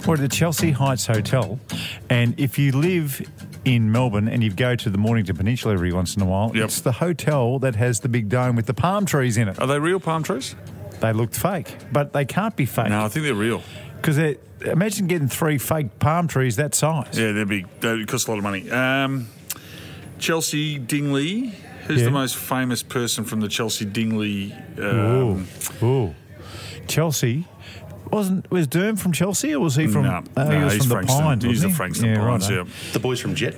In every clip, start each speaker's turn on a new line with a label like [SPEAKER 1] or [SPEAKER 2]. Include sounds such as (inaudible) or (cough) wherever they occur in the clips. [SPEAKER 1] for the Chelsea Heights Hotel. And if you live in Melbourne and you go to the Mornington Peninsula every once in a while,
[SPEAKER 2] Yep.
[SPEAKER 1] it's the hotel that has the big dome with the palm trees in it.
[SPEAKER 2] Are they real palm trees?
[SPEAKER 1] They looked fake, but they can't be fake.
[SPEAKER 2] No, I think they're real.
[SPEAKER 1] Because imagine getting three fake palm trees that size.
[SPEAKER 2] Yeah, they're big. They cost a lot of money. Um, Chelsea Dingley. Who's
[SPEAKER 1] Yeah.
[SPEAKER 2] the most famous person from the Chelsea Dingley?
[SPEAKER 1] Ooh,
[SPEAKER 2] Um,
[SPEAKER 1] ooh. Chelsea. Wasn't was Durham from Chelsea or was he from?
[SPEAKER 2] No,
[SPEAKER 1] oh, he
[SPEAKER 2] no,
[SPEAKER 1] was
[SPEAKER 2] he's
[SPEAKER 1] from
[SPEAKER 2] Frankston.
[SPEAKER 1] the Pines.
[SPEAKER 2] He's
[SPEAKER 1] wasn't
[SPEAKER 2] the
[SPEAKER 1] he?
[SPEAKER 2] Frankston
[SPEAKER 1] Yeah, eh?
[SPEAKER 2] Pines.
[SPEAKER 1] righto.
[SPEAKER 2] yeah.
[SPEAKER 3] The boys from Jet?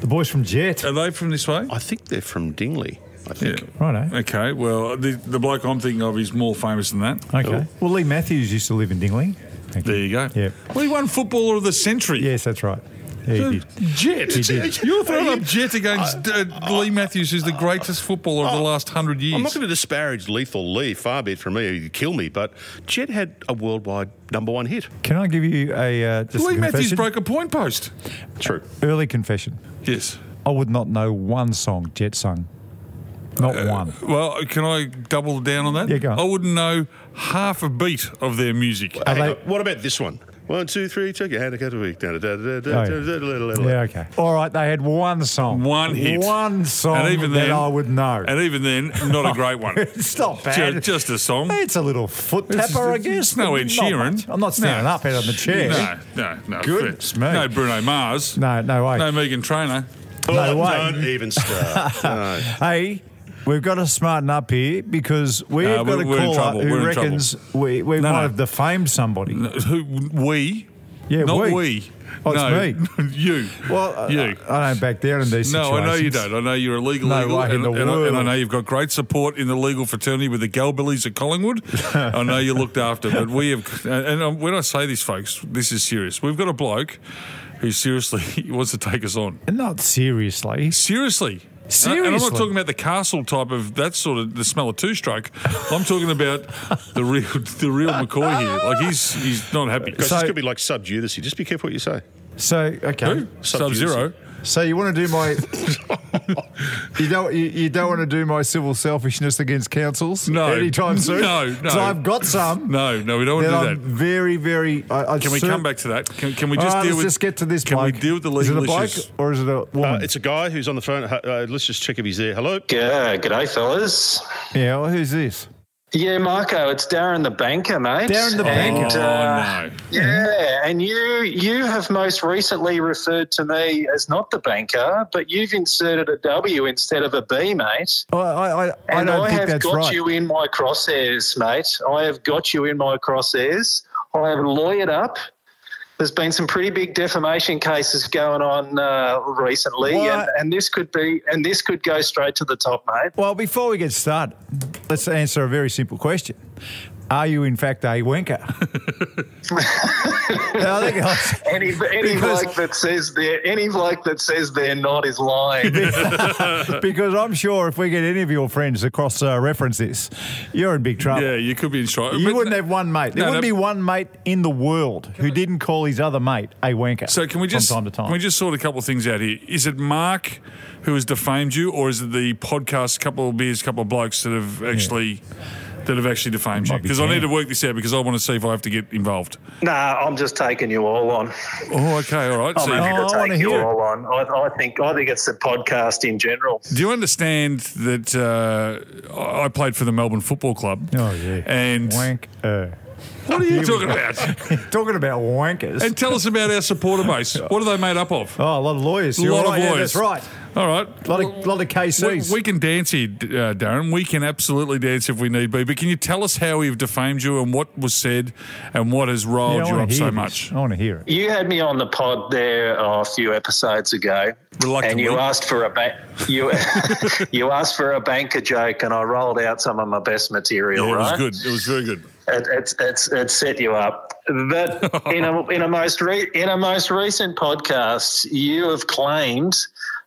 [SPEAKER 1] The boys from Jet.
[SPEAKER 2] Are they from this way?
[SPEAKER 3] I think they're from Dingley. I think.
[SPEAKER 1] Righto.
[SPEAKER 2] Okay. Well, the, the bloke I'm thinking of is more famous than that.
[SPEAKER 1] Okay. Well, Lee Matthews used to live in Dingley. Thank
[SPEAKER 2] There you go.
[SPEAKER 1] Yeah.
[SPEAKER 2] Well, he won Footballer of the Century.
[SPEAKER 1] Yes, that's right. Yeah, he did.
[SPEAKER 2] Jet.
[SPEAKER 1] did.
[SPEAKER 2] (laughs) You're throwing up Jet against uh, Lee Matthews, who's the greatest footballer of the last hundred years.
[SPEAKER 3] I'm not going to disparage Lethal Lee, far be it from me, he'd kill me, but Jet had a worldwide number one hit.
[SPEAKER 1] Can I give you a uh, just a
[SPEAKER 2] Lee Matthews
[SPEAKER 1] confession?
[SPEAKER 2] broke a point post.
[SPEAKER 3] True.
[SPEAKER 1] early confession?
[SPEAKER 2] Yes.
[SPEAKER 1] I would not know one song Jet sung. Not
[SPEAKER 2] Uh,
[SPEAKER 1] one.
[SPEAKER 2] Well, can I double down on that?
[SPEAKER 1] Yeah, go on.
[SPEAKER 2] I wouldn't know half a beat of their music.
[SPEAKER 3] Hang
[SPEAKER 1] they-
[SPEAKER 3] on, what about this one? One, two, three, check your hand, a couple of weeks.
[SPEAKER 1] Oh, Yeah,
[SPEAKER 3] Yeah,
[SPEAKER 1] okay. All right, they had one song.
[SPEAKER 2] One hit.
[SPEAKER 1] One song that I would know.
[SPEAKER 2] And even then, not a great one.
[SPEAKER 1] (laughs) it's not bad.
[SPEAKER 2] Ju- just a song.
[SPEAKER 1] It's a little foot
[SPEAKER 2] It's-
[SPEAKER 1] tapper, I
[SPEAKER 2] it's
[SPEAKER 1] guess.
[SPEAKER 2] no
[SPEAKER 1] but
[SPEAKER 2] Ed
[SPEAKER 1] not
[SPEAKER 2] Sheeran.
[SPEAKER 1] much. I'm not standing
[SPEAKER 2] No.
[SPEAKER 1] up out of the chair.
[SPEAKER 2] No, no, no.
[SPEAKER 1] Goodness me.
[SPEAKER 2] No Bruno Mars.
[SPEAKER 1] No, no way.
[SPEAKER 2] No Megan Trainer.
[SPEAKER 1] No way.
[SPEAKER 3] Oh, Don't
[SPEAKER 1] (laughs)
[SPEAKER 3] even start. No.
[SPEAKER 1] Hey, we've got to smarten up here because we've
[SPEAKER 2] No,
[SPEAKER 1] got
[SPEAKER 2] we're-
[SPEAKER 1] a
[SPEAKER 2] we're in
[SPEAKER 1] caller
[SPEAKER 2] trouble.
[SPEAKER 1] who
[SPEAKER 2] We're in
[SPEAKER 1] reckons we, we
[SPEAKER 2] No,
[SPEAKER 1] might
[SPEAKER 2] no.
[SPEAKER 1] have defamed somebody.
[SPEAKER 2] Who? We.
[SPEAKER 1] Yeah,
[SPEAKER 2] not
[SPEAKER 1] we.
[SPEAKER 2] we.
[SPEAKER 1] Oh, it's
[SPEAKER 2] no, me. (laughs) you.
[SPEAKER 1] Well, uh,
[SPEAKER 2] you.
[SPEAKER 1] I don't back down in these
[SPEAKER 2] no,
[SPEAKER 1] situations.
[SPEAKER 2] I know you don't. I know you're a legal
[SPEAKER 1] No
[SPEAKER 2] eagle,
[SPEAKER 1] way in
[SPEAKER 2] and,
[SPEAKER 1] the
[SPEAKER 2] and I, and I
[SPEAKER 1] world.
[SPEAKER 2] know you've got great support in the legal fraternity with the Galbillies of Collingwood. I know you're looked after, but we have. And um, when I say this, folks, this is serious. We've got a bloke who seriously (laughs) wants to take us on.
[SPEAKER 1] Not seriously.
[SPEAKER 2] Seriously. Uh, And I- And I'm not
[SPEAKER 1] Seriously?
[SPEAKER 2] talking about the castle type of that sort of the smell of two stroke. I'm talking about the real the real McCoy here. Like he's he's not happy.
[SPEAKER 3] Guys,
[SPEAKER 1] So-
[SPEAKER 3] this could be like subjudice. Just be careful what you say.
[SPEAKER 1] So okay.
[SPEAKER 2] Sub zero.
[SPEAKER 1] So you want to do
[SPEAKER 2] (laughs)
[SPEAKER 1] my? you don't. You, you don't want to do my civil selfishness against councils
[SPEAKER 2] No. (laughs)
[SPEAKER 1] anytime soon.
[SPEAKER 2] No, no.
[SPEAKER 1] 'Cause I've got some.
[SPEAKER 2] No, no, we don't
[SPEAKER 1] That
[SPEAKER 2] want to
[SPEAKER 1] I'm
[SPEAKER 2] do that.
[SPEAKER 1] very, very. I, I
[SPEAKER 2] Can we
[SPEAKER 1] cer-
[SPEAKER 2] come back to that? Can, can we
[SPEAKER 1] All
[SPEAKER 2] just
[SPEAKER 1] right,
[SPEAKER 2] deal
[SPEAKER 1] Ah, let's
[SPEAKER 2] with?
[SPEAKER 1] just get to this.
[SPEAKER 2] Can
[SPEAKER 1] bloke.
[SPEAKER 2] we deal with the
[SPEAKER 1] Is it a
[SPEAKER 2] legal
[SPEAKER 1] bloke
[SPEAKER 2] issues?
[SPEAKER 1] or is it a woman?
[SPEAKER 3] Uh, it's a guy who's on the phone. Uh, uh, let's just check if he's there. Hello.
[SPEAKER 4] Yeah, g'day, fellas.
[SPEAKER 1] yeah. Well, who's this?
[SPEAKER 4] Yeah, Marco, it's Darren the banker, mate.
[SPEAKER 1] Darren the
[SPEAKER 4] And,
[SPEAKER 1] banker.
[SPEAKER 2] Oh
[SPEAKER 4] uh,
[SPEAKER 2] no.
[SPEAKER 4] Yeah, and you you have most recently referred to me as not the banker, but you've inserted a W instead of a B, mate.
[SPEAKER 1] I, I, I, I
[SPEAKER 4] And
[SPEAKER 1] don't
[SPEAKER 4] I,
[SPEAKER 1] think
[SPEAKER 4] have
[SPEAKER 1] that's
[SPEAKER 4] got
[SPEAKER 1] right.
[SPEAKER 4] you in my crosshairs, mate. I have got you in my crosshairs. I have lawyered up. There's been some pretty big defamation cases going on uh, recently, and,
[SPEAKER 1] What?
[SPEAKER 4] and this could be and this could go straight to the top, mate.
[SPEAKER 1] Well, before we get started, let's answer a very simple question. Are you in fact a wanker? (laughs) I think I-
[SPEAKER 4] Any any
[SPEAKER 1] Because-
[SPEAKER 4] bloke that says they're any bloke that says they're not is
[SPEAKER 1] (laughs)
[SPEAKER 4] lying.
[SPEAKER 1] because I'm sure if we get any of your friends across uh, reference this, you're in big trouble.
[SPEAKER 2] Yeah, you could be in trouble.
[SPEAKER 1] You
[SPEAKER 2] But-
[SPEAKER 1] wouldn't have one mate. There
[SPEAKER 2] No,
[SPEAKER 1] wouldn't
[SPEAKER 2] no.
[SPEAKER 1] be one mate in the world who didn't call his other mate a wanker.
[SPEAKER 2] So can we just
[SPEAKER 1] from time to time?
[SPEAKER 2] can we just sort a couple of things out here? Is it Mark who has defamed you, or is it the podcast, couple of beers, couple of blokes that have actually that have actually defamed you?
[SPEAKER 1] might be
[SPEAKER 2] Because I need
[SPEAKER 1] Cam.
[SPEAKER 2] to work this out because I want to see if I have to get involved.
[SPEAKER 4] (laughs) nah, I'm just taking you all on.
[SPEAKER 2] Oh, okay, all right.
[SPEAKER 4] I'm
[SPEAKER 2] So,
[SPEAKER 1] Oh,
[SPEAKER 4] happy
[SPEAKER 1] I
[SPEAKER 4] to
[SPEAKER 1] wanna
[SPEAKER 4] take you
[SPEAKER 1] hear it.
[SPEAKER 4] all on. I, I think I think it's the podcast in general.
[SPEAKER 2] do you understand that uh, I I played for the Melbourne Football Club?
[SPEAKER 1] oh yeah.
[SPEAKER 2] And
[SPEAKER 1] wank. Uh,
[SPEAKER 2] what are you talking about?
[SPEAKER 1] talking about wankers.
[SPEAKER 2] and tell us about our supporter base. What are they made up of?
[SPEAKER 1] oh, a lot of lawyers. You're
[SPEAKER 2] lot of
[SPEAKER 1] right. Yeah,
[SPEAKER 2] lawyers.
[SPEAKER 1] that's right.
[SPEAKER 2] All right.
[SPEAKER 1] A lot of, lot of
[SPEAKER 2] We,
[SPEAKER 1] KCs.
[SPEAKER 2] we can dance here, D- uh, Darren. We can absolutely dance if we need be. But can you tell us how we've defamed you and what was said and what has
[SPEAKER 1] Yeah,
[SPEAKER 2] riled
[SPEAKER 1] I
[SPEAKER 2] you
[SPEAKER 1] wanna
[SPEAKER 2] up
[SPEAKER 1] hear
[SPEAKER 2] so
[SPEAKER 1] this.
[SPEAKER 2] much?
[SPEAKER 1] I want to hear it.
[SPEAKER 4] You had me on the pod there uh, a few episodes ago, and
[SPEAKER 2] Reluctantly.
[SPEAKER 4] you asked for a ba- you (laughs) you asked for a banker joke, and I rolled out some of my best material.
[SPEAKER 2] Yeah, it was
[SPEAKER 4] right?
[SPEAKER 2] good. It was very good.
[SPEAKER 4] It, it's it's it set you up. But in a in a most re- in a most recent podcast, you have claimed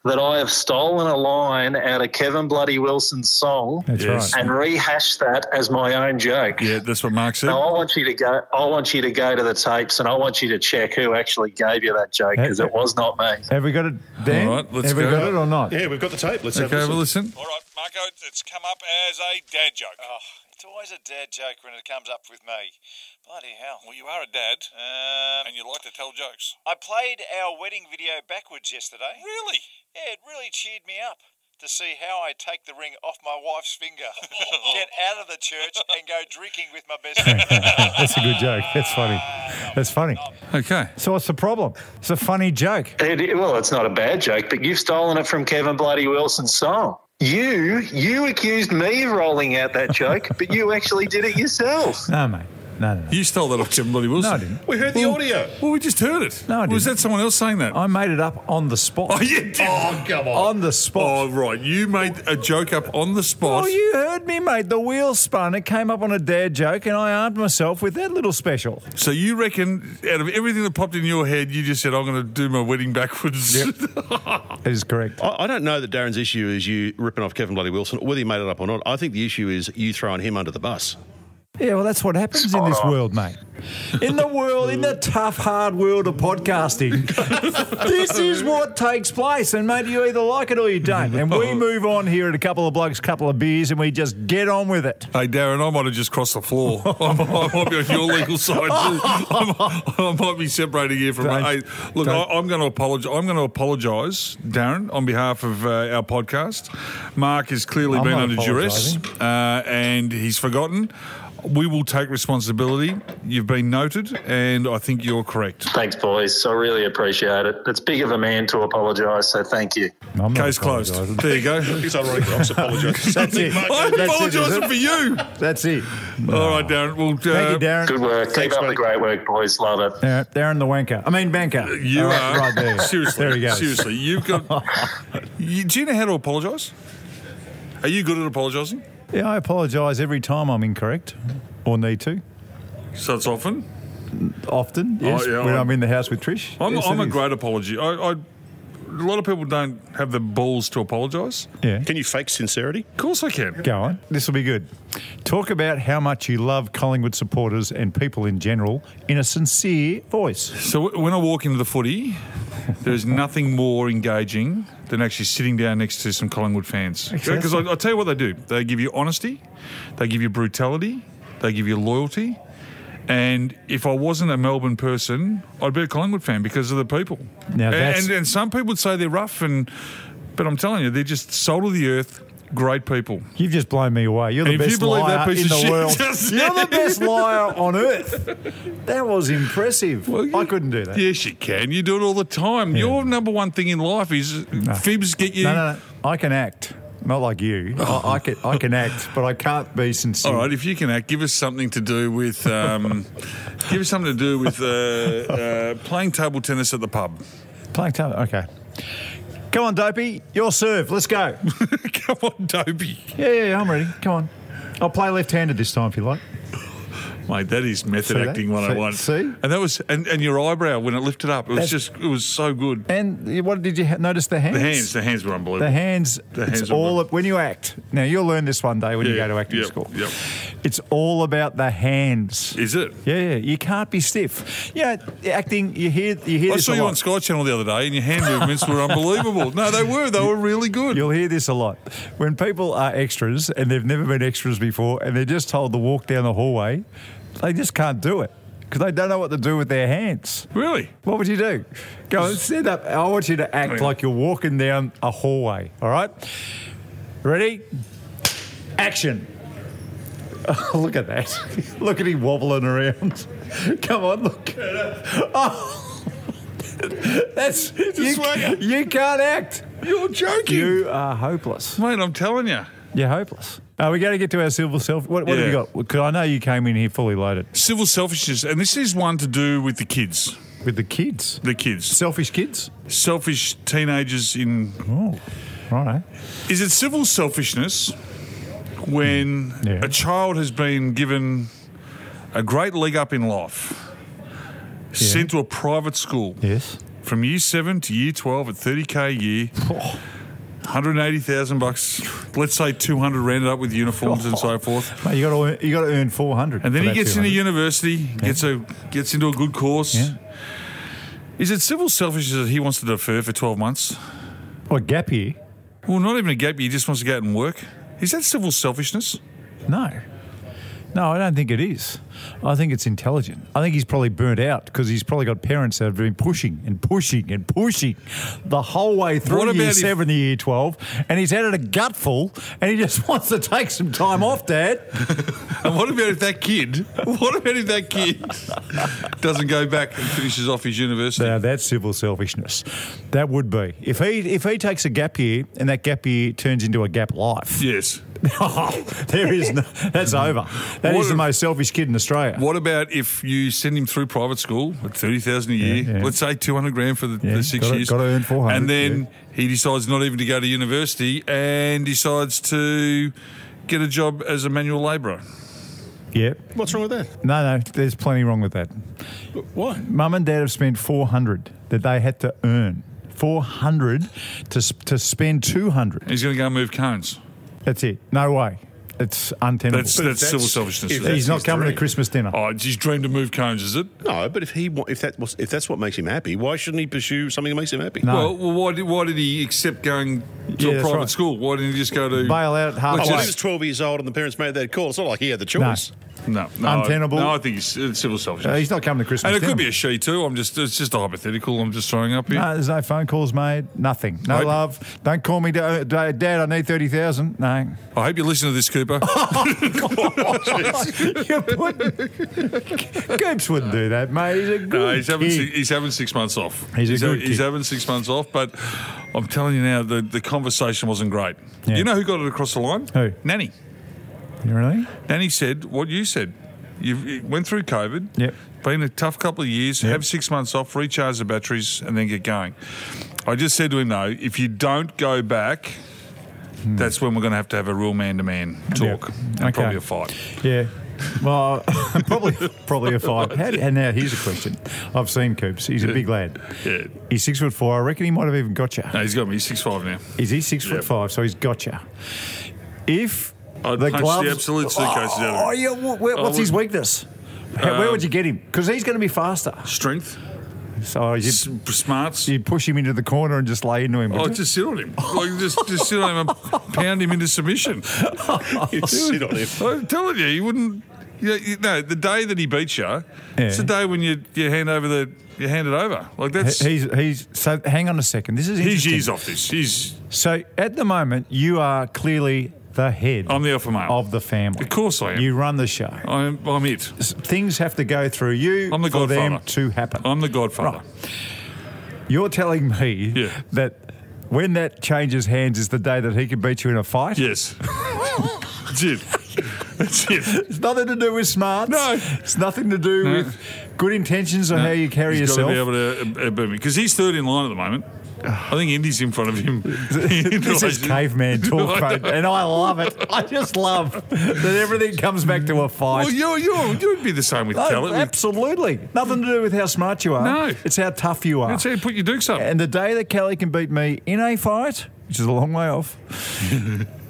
[SPEAKER 4] that I have stolen a line out of Kevin Bloody Wilson's song
[SPEAKER 1] That's
[SPEAKER 2] Yes.
[SPEAKER 1] right.
[SPEAKER 4] and rehashed that as my own joke.
[SPEAKER 2] Yeah, that's what Mark said.
[SPEAKER 4] Now I want you to go. I want you to go to the tapes, and I want you to check who actually gave you that joke because it was not me.
[SPEAKER 1] Have we got it, Dan?
[SPEAKER 2] All right, let's
[SPEAKER 1] Have we
[SPEAKER 2] go.
[SPEAKER 1] got it or not?
[SPEAKER 3] Yeah, we've got the tape. Let's
[SPEAKER 2] okay,
[SPEAKER 5] Um,
[SPEAKER 3] have a
[SPEAKER 2] well,
[SPEAKER 3] listen.
[SPEAKER 2] listen.
[SPEAKER 5] All right, Marco, it's come up as a dad joke. Oh, It's always a dad joke when it comes up with me. Bloody hell.
[SPEAKER 6] Well, you are a dad,
[SPEAKER 5] Um,
[SPEAKER 6] and you like to tell jokes.
[SPEAKER 5] I played our wedding video backwards yesterday.
[SPEAKER 6] Really?
[SPEAKER 5] Yeah, it really cheered me up to see how I take the ring off my wife's
[SPEAKER 6] (laughs)
[SPEAKER 5] finger, get out of the church, and go drinking with my
[SPEAKER 6] (laughs)
[SPEAKER 5] best friend.
[SPEAKER 1] (laughs) That's a good joke. That's funny. That's funny.
[SPEAKER 2] Okay.
[SPEAKER 1] So what's the problem? It's a funny joke.
[SPEAKER 4] It, well, it's not a bad joke, but you've stolen it from Kevin Bloody Wilson's song. You you accused me of rolling out that joke, (laughs) but you actually did it yourself.
[SPEAKER 1] No, mate. No, no, no.
[SPEAKER 2] You stole that off Jim Bloody Wilson.
[SPEAKER 1] No, I didn't.
[SPEAKER 3] We heard the audio.
[SPEAKER 2] Well, we just heard it.
[SPEAKER 1] No, I
[SPEAKER 2] Was
[SPEAKER 1] didn't.
[SPEAKER 2] that someone else saying that?
[SPEAKER 1] I made it up on the spot.
[SPEAKER 2] (laughs) oh, you did.
[SPEAKER 3] Oh, come on.
[SPEAKER 1] On the
[SPEAKER 2] Oh,
[SPEAKER 1] spot.
[SPEAKER 2] right. You made a joke up on the spot.
[SPEAKER 1] Oh, you heard me, mate. The wheel spun. It came up on a dad joke, and I armed myself with that little special.
[SPEAKER 2] So you reckon out of everything that popped in your head, you just said, I'm going to do my wedding backwards.
[SPEAKER 1] That is correct.
[SPEAKER 3] I I don't know that Darren's issue is you ripping off Kevin Bloody Wilson, whether you made it up or not. I think the issue is you throwing him under the bus.
[SPEAKER 1] Yeah, well, that's what happens in this world, mate. In the world, in the tough, hard world of
[SPEAKER 2] (laughs)
[SPEAKER 1] podcasting, this is what takes place. And, mate, you either like it or you don't. And we move on here at a couple of blokes, couple of beers, and we just get on with it.
[SPEAKER 2] (laughs) Hey, Darren, I might have just crossed
[SPEAKER 1] (laughs)
[SPEAKER 2] the floor. I might, I might be on your legal side. Too. I, might, I might be separating you from.
[SPEAKER 1] Don't-
[SPEAKER 2] Hey, look, I,
[SPEAKER 1] don't.
[SPEAKER 2] I'm going to apologize. I'm going to apologise, Darren, on behalf of uh, our podcast. Mark has clearly
[SPEAKER 1] I'm
[SPEAKER 2] been
[SPEAKER 1] not
[SPEAKER 2] under duress, uh, and he's forgotten. We will take responsibility. You've been noted, and I think you're correct.
[SPEAKER 4] Thanks, boys. I really appreciate it. It's big of a man to apologise, so thank you.
[SPEAKER 1] I'm not
[SPEAKER 2] Case closed.
[SPEAKER 1] apologising.
[SPEAKER 2] There you
[SPEAKER 1] (laughs)
[SPEAKER 2] go. (laughs)
[SPEAKER 3] It's ironic. I apologise.
[SPEAKER 1] That's it.
[SPEAKER 2] I'm
[SPEAKER 1] That's it, is
[SPEAKER 2] apologising
[SPEAKER 1] it?
[SPEAKER 2] for you.
[SPEAKER 1] That's it.
[SPEAKER 2] All right, Darren. Well, uh,
[SPEAKER 1] Thank you, Darren.
[SPEAKER 4] Good work. Keep up the
[SPEAKER 3] mate.
[SPEAKER 4] great work, boys. Love it.
[SPEAKER 1] Yeah, Darren the wanker. I mean banker.
[SPEAKER 2] You
[SPEAKER 1] All right,
[SPEAKER 2] are
[SPEAKER 1] right there.
[SPEAKER 2] Seriously,
[SPEAKER 1] there he goes.
[SPEAKER 2] Seriously,
[SPEAKER 1] (laughs)
[SPEAKER 2] you've got. you, do you know how to apologise? Are you good at apologising?
[SPEAKER 1] Yeah, I apologise every time I'm incorrect or need to.
[SPEAKER 2] So it's often.
[SPEAKER 1] Often, yes,
[SPEAKER 2] Oh, yeah,
[SPEAKER 1] when
[SPEAKER 2] I'm-
[SPEAKER 1] I'm, in the house with Trish.
[SPEAKER 2] I'm,
[SPEAKER 1] Yes,
[SPEAKER 2] I'm
[SPEAKER 1] it
[SPEAKER 2] a
[SPEAKER 1] is.
[SPEAKER 2] great apology. I, I, a lot of people don't have the balls to apologise.
[SPEAKER 1] Yeah,
[SPEAKER 3] Can you fake sincerity?
[SPEAKER 2] Of course I can.
[SPEAKER 1] go on. This will be good. Talk about how much you love Collingwood supporters and people in general in a sincere voice.
[SPEAKER 2] So w- when I walk into the footy, there's nothing more engaging than actually sitting down next to some Collingwood fans. Because I, I tell you what they do: they give you honesty, they give you brutality, they give you loyalty. And if I wasn't a Melbourne person, I'd be a Collingwood fan because of the people.
[SPEAKER 1] Now
[SPEAKER 2] and,
[SPEAKER 1] that's-
[SPEAKER 2] and, and some people would say they're rough, and but I'm telling you, they're just soul of the earth, great people.
[SPEAKER 1] You've just blown me away. You're the
[SPEAKER 2] If you
[SPEAKER 1] best
[SPEAKER 2] believe
[SPEAKER 1] liar
[SPEAKER 2] that piece
[SPEAKER 1] in
[SPEAKER 2] of
[SPEAKER 1] the
[SPEAKER 2] shit,
[SPEAKER 1] world.
[SPEAKER 2] just-
[SPEAKER 1] You're the best liar on earth. That was impressive. I couldn't do that.
[SPEAKER 2] Yes, you can. You do it all the time. Your number one thing in life is fibs get you.
[SPEAKER 1] No, no, no. I can act. Not like you. I, I can I can act, but I can't be sincere.
[SPEAKER 2] All right, if you can act, give us something to do with, um, (laughs) give us something to do with uh, uh, playing table tennis at the pub. (laughs)
[SPEAKER 1] Playing time. Okay. Come on, Dopey. Your serve. Let's go.
[SPEAKER 2] Come on, Dopey,
[SPEAKER 1] (laughs) yeah, yeah, yeah. I'm ready. Come on. I'll play left-handed this time if you like.
[SPEAKER 2] mate. That is method
[SPEAKER 1] See that?
[SPEAKER 2] acting one hundred and one.
[SPEAKER 1] See- see?
[SPEAKER 2] and that was and, and your eyebrow when it lifted up, it was
[SPEAKER 1] That's-
[SPEAKER 2] just it was so good.
[SPEAKER 1] And you- what did you ha- notice? The hands.
[SPEAKER 2] The hands, the hands were
[SPEAKER 1] The
[SPEAKER 2] unbelievable.
[SPEAKER 1] hands.
[SPEAKER 2] The
[SPEAKER 1] it's
[SPEAKER 2] hands are
[SPEAKER 1] all
[SPEAKER 2] wrong.
[SPEAKER 1] ab- when you act. Now you'll learn this one day when you
[SPEAKER 2] Yeah,
[SPEAKER 1] go to acting
[SPEAKER 2] yep,
[SPEAKER 1] school.
[SPEAKER 2] yep.
[SPEAKER 1] It's all about the hands.
[SPEAKER 2] is it?
[SPEAKER 1] yeah, yeah. You can't be stiff. Yeah, acting. You hear. You hear
[SPEAKER 2] I
[SPEAKER 1] this
[SPEAKER 2] saw
[SPEAKER 1] a
[SPEAKER 2] you
[SPEAKER 1] lot.
[SPEAKER 2] on Sky Channel the other day, and your hand movements were unbelievable. No, they were. They were really good.
[SPEAKER 1] You'll hear this a lot. When people are extras and they've never been extras before and they're just told to walk down the hallway, they just can't do it because they don't know what to do with their hands.
[SPEAKER 2] Really?
[SPEAKER 1] What would you do? Go and stand up. I want you to act like you're walking down a hallway, all right? Ready? Action. (laughs) Oh, look at that. (laughs) look at him wobbling around. (laughs) Come on, look. (laughs) Oh, (laughs) that's you,
[SPEAKER 2] swagger.
[SPEAKER 1] you can't act.
[SPEAKER 2] You're joking,
[SPEAKER 1] You are hopeless.
[SPEAKER 2] mate. I'm telling you.
[SPEAKER 1] You're hopeless. Uh, we got to get to our civil self. What, what have you
[SPEAKER 2] Yeah.
[SPEAKER 1] got? Because I know you came in here fully loaded
[SPEAKER 2] Civil selfishness, and this is one to do with the kids.
[SPEAKER 1] with the kids,
[SPEAKER 2] The kids,
[SPEAKER 1] selfish kids.
[SPEAKER 2] selfish teenagers in
[SPEAKER 1] Oh, right.
[SPEAKER 2] Is it civil selfishness when
[SPEAKER 1] Yeah.
[SPEAKER 2] a child has been given a great leg up in life, sent to a private school
[SPEAKER 1] Yes.
[SPEAKER 2] from year seven to year twelve at thirty k
[SPEAKER 1] (laughs)
[SPEAKER 2] a year, hundred eighty thousand bucks, let's say two hundred rounded up with uniforms
[SPEAKER 1] (laughs)
[SPEAKER 2] and so forth.
[SPEAKER 1] Mate, you got to you got to earn four hundred.
[SPEAKER 2] And then he gets into university, gets a gets into a good course.
[SPEAKER 1] Yeah.
[SPEAKER 2] Is it civil selfishness that he wants to defer for twelve months?
[SPEAKER 1] or gap year.
[SPEAKER 2] Well, not even a gap. year, He just wants to go out and work. Is that civil selfishness?
[SPEAKER 1] No, No, I don't think it is. I think it's intelligent. I think he's probably burnt out because he's probably got parents that have been pushing and pushing and pushing the whole way through
[SPEAKER 2] What
[SPEAKER 1] year
[SPEAKER 2] about if-
[SPEAKER 1] seven to year 12. And he's had a gutful and he just (laughs) wants to take some time off, Dad.
[SPEAKER 2] And what about if that kid? What about if that kid doesn't go back and finishes off his university?
[SPEAKER 1] Now that's civil selfishness. That would be if he if he takes a gap year and that gap year turns into a gap life. (laughs)
[SPEAKER 2] Yes.
[SPEAKER 1] there is no, that's over. That is
[SPEAKER 2] What
[SPEAKER 1] the
[SPEAKER 2] if-
[SPEAKER 1] most selfish kid in Australia.
[SPEAKER 2] What about if you send him through private school at thirty thousand a year?
[SPEAKER 1] yeah.
[SPEAKER 2] Let's say two hundred grand for the,
[SPEAKER 1] Yeah,
[SPEAKER 2] the six
[SPEAKER 1] gotta-
[SPEAKER 2] years.
[SPEAKER 1] gotta earn 400,
[SPEAKER 2] And then he decides not even to go to university and decides to get a job as a manual labourer.
[SPEAKER 1] Yeah.
[SPEAKER 3] What's wrong with that?
[SPEAKER 1] No, no. There's plenty wrong with that.
[SPEAKER 3] Why?
[SPEAKER 1] Mum and Dad have spent four hundred that they had to earn. Four hundred to s- to spend two hundred.
[SPEAKER 2] He's going to go and move cones.
[SPEAKER 1] That's it. No way. It's untenable.
[SPEAKER 2] That's that's, civil selfishness.
[SPEAKER 3] if
[SPEAKER 2] isn't it?
[SPEAKER 1] He's not
[SPEAKER 3] his
[SPEAKER 1] coming to
[SPEAKER 3] dream.
[SPEAKER 1] Christmas dinner.
[SPEAKER 2] Oh, he's dreamed of move cones, is it?
[SPEAKER 3] No, but if he wa- if that was if that's what makes him happy, why shouldn't he pursue something that makes him happy?
[SPEAKER 1] No.
[SPEAKER 2] Well, well, why did why did he accept going to
[SPEAKER 1] Yeah,
[SPEAKER 2] a
[SPEAKER 1] that's
[SPEAKER 2] private
[SPEAKER 1] right.
[SPEAKER 2] school? Why didn't he just go to
[SPEAKER 1] Bail out
[SPEAKER 3] Oh,
[SPEAKER 1] halfway.
[SPEAKER 2] Let's
[SPEAKER 3] well,
[SPEAKER 1] Why?
[SPEAKER 3] he was
[SPEAKER 2] just-
[SPEAKER 3] 12 years old and the parents made that call. It's not like he had the choice. (laughs)
[SPEAKER 2] No, no,
[SPEAKER 1] Untenable.
[SPEAKER 2] No, I think he's it's civil selfishness.
[SPEAKER 1] Uh, he's not coming to Christmas
[SPEAKER 2] and it
[SPEAKER 1] dinner.
[SPEAKER 2] could be a she too. I'm just it's just a hypothetical. I'm just throwing up here.
[SPEAKER 1] No, there's no phone calls made. Nothing. No
[SPEAKER 2] Nope.
[SPEAKER 1] love. Don't call me, da- da- Dad. I need thirty thousand.
[SPEAKER 2] (laughs)
[SPEAKER 1] No.
[SPEAKER 2] I hope you listen to
[SPEAKER 1] (laughs)
[SPEAKER 2] this, Cooper.
[SPEAKER 1] Oh, You wouldn't. Goops wouldn't do that, mate. He's a good
[SPEAKER 2] No, Uh, he's having,
[SPEAKER 1] kid.
[SPEAKER 2] six, he's having six months off.
[SPEAKER 1] He's a
[SPEAKER 2] ha-
[SPEAKER 1] good
[SPEAKER 2] he's
[SPEAKER 1] kid.
[SPEAKER 2] having six months off, but I'm telling you now, the, the conversation wasn't great.
[SPEAKER 1] Yeah.
[SPEAKER 2] You know who got it across the line?
[SPEAKER 1] Who?
[SPEAKER 2] Nanny.
[SPEAKER 1] You really?
[SPEAKER 2] Nanny said what you said. You you went through COVID.
[SPEAKER 1] Yep.
[SPEAKER 2] Been a tough couple of years. Have six months off, recharge the batteries, and then get going. I just said to him, though, if you don't go back,
[SPEAKER 1] Hmm.
[SPEAKER 2] that's when we're going to have to have a real man to man talk and
[SPEAKER 1] Okay.
[SPEAKER 2] probably a fight.
[SPEAKER 1] Yeah. Well, (laughs) probably probably a five. How, and now here's a question. I've seen Coops. He's a big lad.
[SPEAKER 2] Yeah.
[SPEAKER 1] He's six foot four. I reckon he might have even got you.
[SPEAKER 2] (laughs) No, he's got me. He's six five now.
[SPEAKER 1] Is he six foot five? So he's got you. If
[SPEAKER 2] I'd
[SPEAKER 1] the
[SPEAKER 2] punch
[SPEAKER 1] gloves,
[SPEAKER 2] the absolute suitcases out of
[SPEAKER 1] Oh,
[SPEAKER 2] him.
[SPEAKER 1] yeah. wh- where-
[SPEAKER 2] I
[SPEAKER 1] what's his
[SPEAKER 2] would-
[SPEAKER 1] weakness? How- Where would you get him? Because he's going to be faster.
[SPEAKER 2] Strength,
[SPEAKER 1] So you
[SPEAKER 2] s- smarts.
[SPEAKER 1] you push him into the corner and just lay into him.
[SPEAKER 2] Oh, just sit on him. Like just, just sit on him and pound him into submission.
[SPEAKER 3] You'd sit on him.
[SPEAKER 2] I'm telling you, you wouldn't. You, you, no, the day that he beats you, it's the day when you, you hand over the you hand it over. Like that's
[SPEAKER 1] He- he's he's so hang on a second. This is
[SPEAKER 2] he's
[SPEAKER 1] interesting.
[SPEAKER 2] years off this. He's
[SPEAKER 1] So at the moment, you are clearly the head.
[SPEAKER 2] I'm the alpha male.
[SPEAKER 1] of the family.
[SPEAKER 2] Of course I am.
[SPEAKER 1] You run the show.
[SPEAKER 2] I'm I'm it.
[SPEAKER 1] S- Things have to go through you
[SPEAKER 2] I'm the
[SPEAKER 1] for them
[SPEAKER 2] godfather.
[SPEAKER 1] to happen.
[SPEAKER 2] I'm the Godfather.
[SPEAKER 1] Right. You're telling me
[SPEAKER 2] Yeah.
[SPEAKER 1] that when that changes hands is the day that he can beat you in a fight.
[SPEAKER 2] Yes. that's it. That's it.
[SPEAKER 1] It's nothing to do with smarts.
[SPEAKER 2] No.
[SPEAKER 1] It's nothing to do with good intentions or how you carry
[SPEAKER 2] He's
[SPEAKER 1] yourself.
[SPEAKER 2] got to be able to uh, uh, boom because he's third in line at the moment. I think Indy's in front of him. (laughs)
[SPEAKER 1] This is caveman talk, mate, and I love it. I just love that everything comes back to a fight.
[SPEAKER 2] Well, you you you'd be the same with
[SPEAKER 1] No,
[SPEAKER 2] Kelly. with-
[SPEAKER 1] absolutely. Nothing to do with how smart you are.
[SPEAKER 2] No.
[SPEAKER 1] It's how tough you are.
[SPEAKER 2] That's how you put your dukes up.
[SPEAKER 1] and the day that Kelly can beat me in a fight, which is a long way off,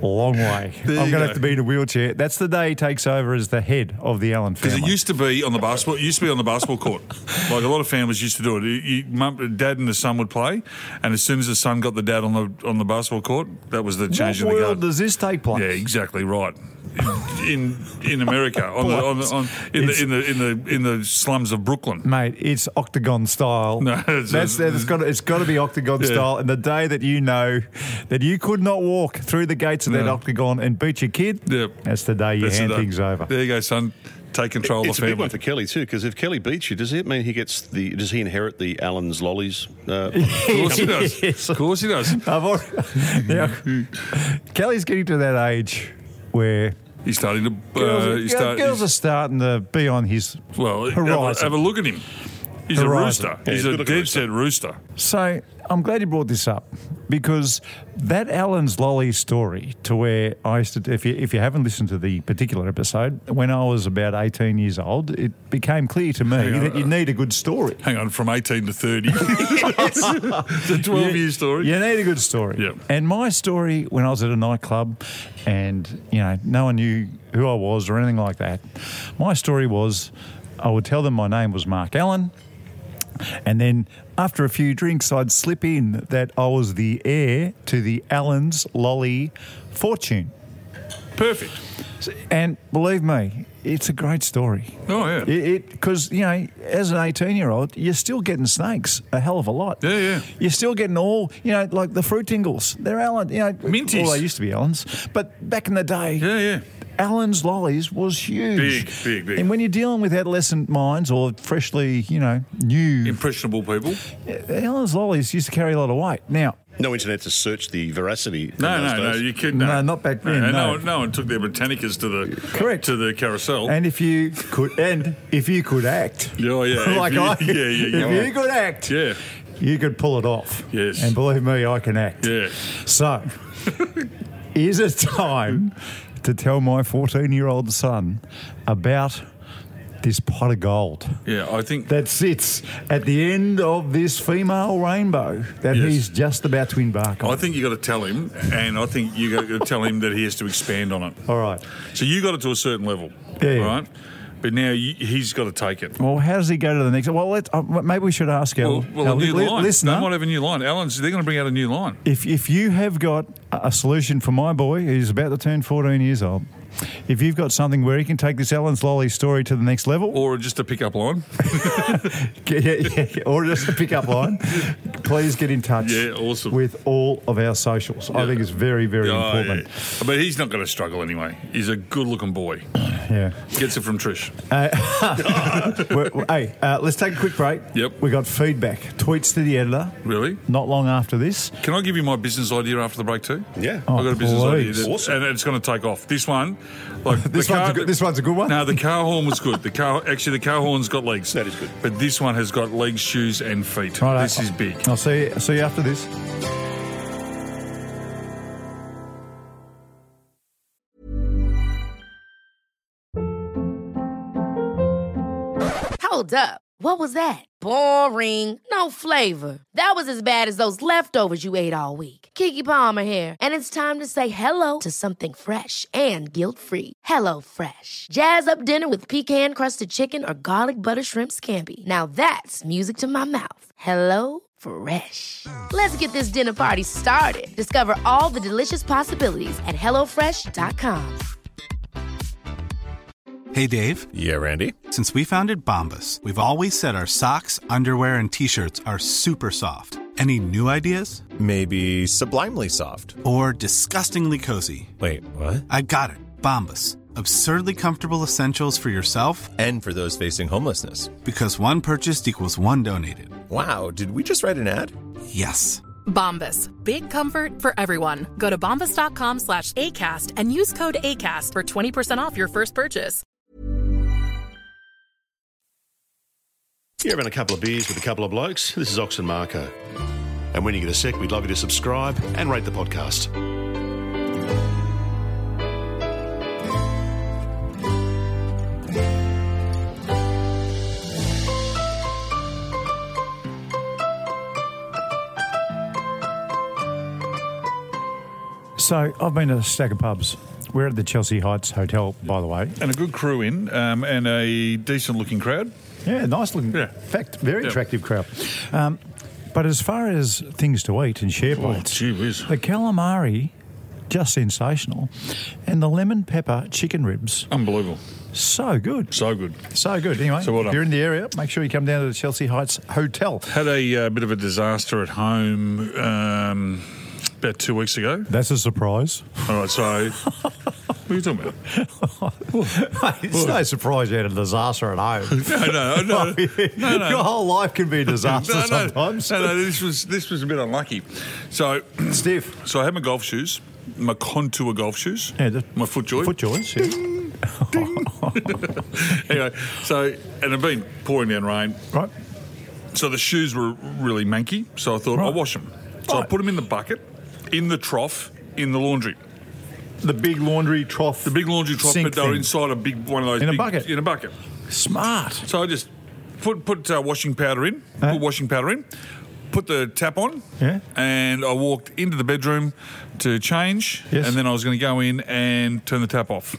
[SPEAKER 1] long way. I'm
[SPEAKER 2] There
[SPEAKER 1] going to
[SPEAKER 2] you go.
[SPEAKER 1] have to be in a wheelchair. That's the day he takes over as the head of the Allen
[SPEAKER 2] Because
[SPEAKER 1] family.
[SPEAKER 2] it used to be on the basketball. It used to be on the
[SPEAKER 1] (laughs)
[SPEAKER 2] basketball court. Like a lot of families used to do it. You- you- mum, dad and the son would play, and as soon as the son got the dad on the on the basketball court, that was the
[SPEAKER 1] what
[SPEAKER 2] change in the
[SPEAKER 1] world
[SPEAKER 2] guard.
[SPEAKER 1] does this take place?
[SPEAKER 2] Yeah, exactly right. In in America, on the, on the, on, in, the, in the in the in the slums of Brooklyn.
[SPEAKER 1] Mate, it's octagon style.
[SPEAKER 2] (laughs) No,
[SPEAKER 1] that's,
[SPEAKER 2] it's-
[SPEAKER 1] that's, it's got to, it's got to be octagon style. And the day that you know that you could not walk through the gates of that
[SPEAKER 2] No.
[SPEAKER 1] octagon and beat your kid,
[SPEAKER 2] Yep.
[SPEAKER 1] that's the day you
[SPEAKER 2] That's
[SPEAKER 1] hand
[SPEAKER 2] it.
[SPEAKER 1] things over.
[SPEAKER 2] There you go, son. Take control
[SPEAKER 3] It's a
[SPEAKER 2] of the
[SPEAKER 3] big one for
[SPEAKER 2] family.
[SPEAKER 3] Kelly too, because if Kelly beats you, does it mean he gets the? Does he inherit the Allen's lollies? Uh,
[SPEAKER 2] Of course
[SPEAKER 1] (laughs)
[SPEAKER 2] he does. Of course he does.
[SPEAKER 1] I've (laughs) already,
[SPEAKER 2] (laughs)
[SPEAKER 1] now, Kelly's getting to that age where
[SPEAKER 2] He's starting to. Uh,
[SPEAKER 1] girls,
[SPEAKER 2] he's
[SPEAKER 1] girls-
[SPEAKER 2] start-
[SPEAKER 1] girls
[SPEAKER 2] he's-
[SPEAKER 1] are starting to be on his.
[SPEAKER 2] Well, have a,
[SPEAKER 1] Horizon.
[SPEAKER 2] have a look at him. He's
[SPEAKER 1] Horizon.
[SPEAKER 2] a rooster.
[SPEAKER 3] Yeah,
[SPEAKER 2] he's
[SPEAKER 3] he's
[SPEAKER 2] a
[SPEAKER 3] good
[SPEAKER 2] dead
[SPEAKER 3] looking
[SPEAKER 2] set rooster.
[SPEAKER 1] So I'm glad you brought this up because that Alan's lolly story to where I used to. If you if you haven't listened to the particular episode, when I was about 18 years old, it became clear to me that you need a good story.
[SPEAKER 2] Hang on, from 18 to
[SPEAKER 1] (laughs)
[SPEAKER 2] 30. it's a 12 year story.
[SPEAKER 1] You need a good story.
[SPEAKER 2] Yep.
[SPEAKER 1] And my story when I was at a nightclub and, you know, no one knew who I was or anything like that. My story was I would tell them my name was Mark Allen. And then after a few drinks, I'd slip in that I was the heir to the Allen's Lolly fortune.
[SPEAKER 2] Perfect.
[SPEAKER 1] So- And believe me, it's a great story.
[SPEAKER 2] Oh, yeah.
[SPEAKER 1] It because you know, as an eighteen-year-old, you're still getting snakes a hell of a lot.
[SPEAKER 2] Yeah, yeah.
[SPEAKER 1] You're still getting all you know, like the fruit tingles. They're Allen, you know,
[SPEAKER 2] Minties.
[SPEAKER 1] Well, they used to be Allen's, but back in the day,
[SPEAKER 2] Yeah, yeah.
[SPEAKER 1] Allen's lollies was huge.
[SPEAKER 2] Big, big, big.
[SPEAKER 1] And when you're dealing with adolescent minds or freshly, you know, new,
[SPEAKER 2] Impressionable people.
[SPEAKER 1] Allen's lollies used to carry a lot of weight. Now,
[SPEAKER 3] No internet to search the veracity.
[SPEAKER 2] No,
[SPEAKER 3] in those
[SPEAKER 2] no, no.
[SPEAKER 3] days.
[SPEAKER 2] You could
[SPEAKER 1] No, not back then,
[SPEAKER 2] and
[SPEAKER 1] no.
[SPEAKER 2] one- no one took their botanicas to the
[SPEAKER 1] Correct.
[SPEAKER 2] to the carousel.
[SPEAKER 1] and if you could, and if you could act,
[SPEAKER 2] oh yeah, if
[SPEAKER 1] (laughs) like
[SPEAKER 2] you-
[SPEAKER 1] I,
[SPEAKER 2] (laughs) yeah, yeah, yeah.
[SPEAKER 1] if you could act,
[SPEAKER 2] yeah,
[SPEAKER 1] you could pull it off.
[SPEAKER 2] Yes.
[SPEAKER 1] And believe me, I can act.
[SPEAKER 2] yeah.
[SPEAKER 1] So, (laughs) is it time to tell my 14 year old son about this pot of gold
[SPEAKER 2] Yeah, I think
[SPEAKER 1] that sits at the end of this female rainbow that
[SPEAKER 2] Yes.
[SPEAKER 1] he's just about to embark on?
[SPEAKER 2] I think you got to tell him, and I think you got to (laughs) tell him that he has to expand on it.
[SPEAKER 1] All right.
[SPEAKER 2] So you got it to a certain level,
[SPEAKER 1] Yeah.
[SPEAKER 2] right? But now you, he's got to take it.
[SPEAKER 1] Well, how does he go to the next? Well, let's, uh, maybe we should ask our,
[SPEAKER 2] Well, well
[SPEAKER 1] our
[SPEAKER 2] a new
[SPEAKER 1] li-
[SPEAKER 2] line.
[SPEAKER 1] listener.
[SPEAKER 2] They might have a new line. Alan's. They're going to bring out a new line.
[SPEAKER 1] if, if you have got a a solution for my boy who's about to turn 14 years old, if you've got something where he can take this Ellen's Lolly story to the next level,
[SPEAKER 2] Or just a pickup line,
[SPEAKER 1] (laughs) Yeah, yeah, yeah. or just a pickup line, please get in touch
[SPEAKER 2] (laughs) Yeah, awesome.
[SPEAKER 1] with all of our socials. I think it's very, very
[SPEAKER 2] Oh,
[SPEAKER 1] important.
[SPEAKER 2] yeah. but he's not going to struggle anyway. He's a good-looking boy.
[SPEAKER 1] Yeah.
[SPEAKER 2] Gets it from Trish.
[SPEAKER 1] We're- we're- hey, uh, (laughs) let's take a quick break.
[SPEAKER 2] Yep.
[SPEAKER 1] We got feedback, tweets to the editor.
[SPEAKER 2] Really?
[SPEAKER 1] Not long after this.
[SPEAKER 2] Can I give you my business idea after the break too?
[SPEAKER 3] Yeah.
[SPEAKER 2] I've got a business idea,
[SPEAKER 1] Oh, please.
[SPEAKER 2] that-
[SPEAKER 3] Awesome.
[SPEAKER 2] and it's going to take off. This one,
[SPEAKER 1] (laughs)
[SPEAKER 2] like
[SPEAKER 1] This
[SPEAKER 2] the
[SPEAKER 1] one's
[SPEAKER 2] car,
[SPEAKER 1] a good- this one's a good one?
[SPEAKER 2] No, the car horn was good. The car, actually, the car horn's got legs.
[SPEAKER 3] That is good.
[SPEAKER 2] But this one has got legs, shoes, and feet.
[SPEAKER 1] Righto.
[SPEAKER 2] This is big.
[SPEAKER 1] I'll see you, see you after this.
[SPEAKER 7] Hold up. What was that? Boring. No flavor. That was as bad as those leftovers you ate all week. Kiki Palmer here, and it's time to say hello to something fresh and guilt-free. Hello Fresh. Jazz up dinner with pecan-crusted chicken or garlic butter shrimp scampi. Now that's music to my mouth. Hello Fresh. Let's get this dinner party started. Discover all the delicious possibilities at hellofresh.com.
[SPEAKER 8] Hey, Dave.
[SPEAKER 9] Yeah, Randy.
[SPEAKER 8] Since we founded Bombus, we've always said our socks, underwear, and t shirts are super soft. Any new ideas?
[SPEAKER 9] Maybe sublimely soft.
[SPEAKER 8] Or disgustingly cozy?
[SPEAKER 9] Wait, what?
[SPEAKER 8] I got it. Bombus. Absurdly comfortable essentials for yourself
[SPEAKER 9] And for those facing homelessness.
[SPEAKER 8] because one purchased equals one donated.
[SPEAKER 9] Wow, did we just write an ad?
[SPEAKER 8] Yes.
[SPEAKER 10] Bombas. Big comfort for everyone. Go to bombas.com slash ACAST and use code ACAST for 20% off your first purchase.
[SPEAKER 3] You're having a couple of beers with a couple of blokes. This is Ox and Marco. And when you get a sec, we'd love you to subscribe and rate the podcast.
[SPEAKER 1] So I've been to a stack of pubs. We're at the Chelsea Heights Hotel, by the way.
[SPEAKER 2] And a good crew in, um, and a decent-looking crowd.
[SPEAKER 1] Yeah, nice looking.
[SPEAKER 2] Yeah.
[SPEAKER 1] In fact, very
[SPEAKER 2] Yeah.
[SPEAKER 1] attractive crowd. Um, but as far as things to eat and share plates,
[SPEAKER 2] gee whiz.
[SPEAKER 1] the calamari, just sensational, and the lemon pepper chicken ribs,
[SPEAKER 2] Unbelievable.
[SPEAKER 1] so good,
[SPEAKER 2] So good.
[SPEAKER 1] so good. Anyway,
[SPEAKER 2] So well
[SPEAKER 1] if
[SPEAKER 2] done.
[SPEAKER 1] you're in the area, make sure you come down to the Chelsea Heights Hotel.
[SPEAKER 2] Had a uh, bit of a disaster at home um, about two weeks ago.
[SPEAKER 1] That's a (laughs) surprise.
[SPEAKER 2] All right, so what are
[SPEAKER 1] (laughs)
[SPEAKER 2] you talking about?
[SPEAKER 1] it's no surprise you had a disaster at home.
[SPEAKER 2] No, no,
[SPEAKER 1] (laughs)
[SPEAKER 2] (laughs) no, no, no.
[SPEAKER 1] Your whole life can be a disaster
[SPEAKER 2] no, no,
[SPEAKER 1] sometimes.
[SPEAKER 2] No, no, this was this was a bit unlucky. So, (clears throat)
[SPEAKER 1] Steve.
[SPEAKER 2] so I had my golf shoes, my contour golf shoes,
[SPEAKER 1] Yeah, the-
[SPEAKER 2] my foot joy.
[SPEAKER 1] Foot joints. yeah.
[SPEAKER 2] (laughs) anyway, so and it'd been pouring down rain,
[SPEAKER 1] Right.
[SPEAKER 2] so the shoes were really manky. So I thought
[SPEAKER 1] Right.
[SPEAKER 2] I'll wash them. So I
[SPEAKER 1] Right.
[SPEAKER 2] put them in the bucket, in the trough, in the laundry.
[SPEAKER 1] The big laundry trough.
[SPEAKER 2] The big laundry trough,
[SPEAKER 1] Sink
[SPEAKER 2] but they were
[SPEAKER 1] thing.
[SPEAKER 2] inside a big one of those
[SPEAKER 1] In a
[SPEAKER 2] big-
[SPEAKER 1] bucket.
[SPEAKER 2] In a bucket.
[SPEAKER 1] Smart.
[SPEAKER 2] So I just put put uh, washing powder in,
[SPEAKER 1] Huh?
[SPEAKER 2] put washing powder in, put the tap on,
[SPEAKER 1] Uh-huh. Yeah.
[SPEAKER 2] and I walked into the bedroom to change,
[SPEAKER 1] Yes.
[SPEAKER 2] and then I was going to go in and turn the tap off.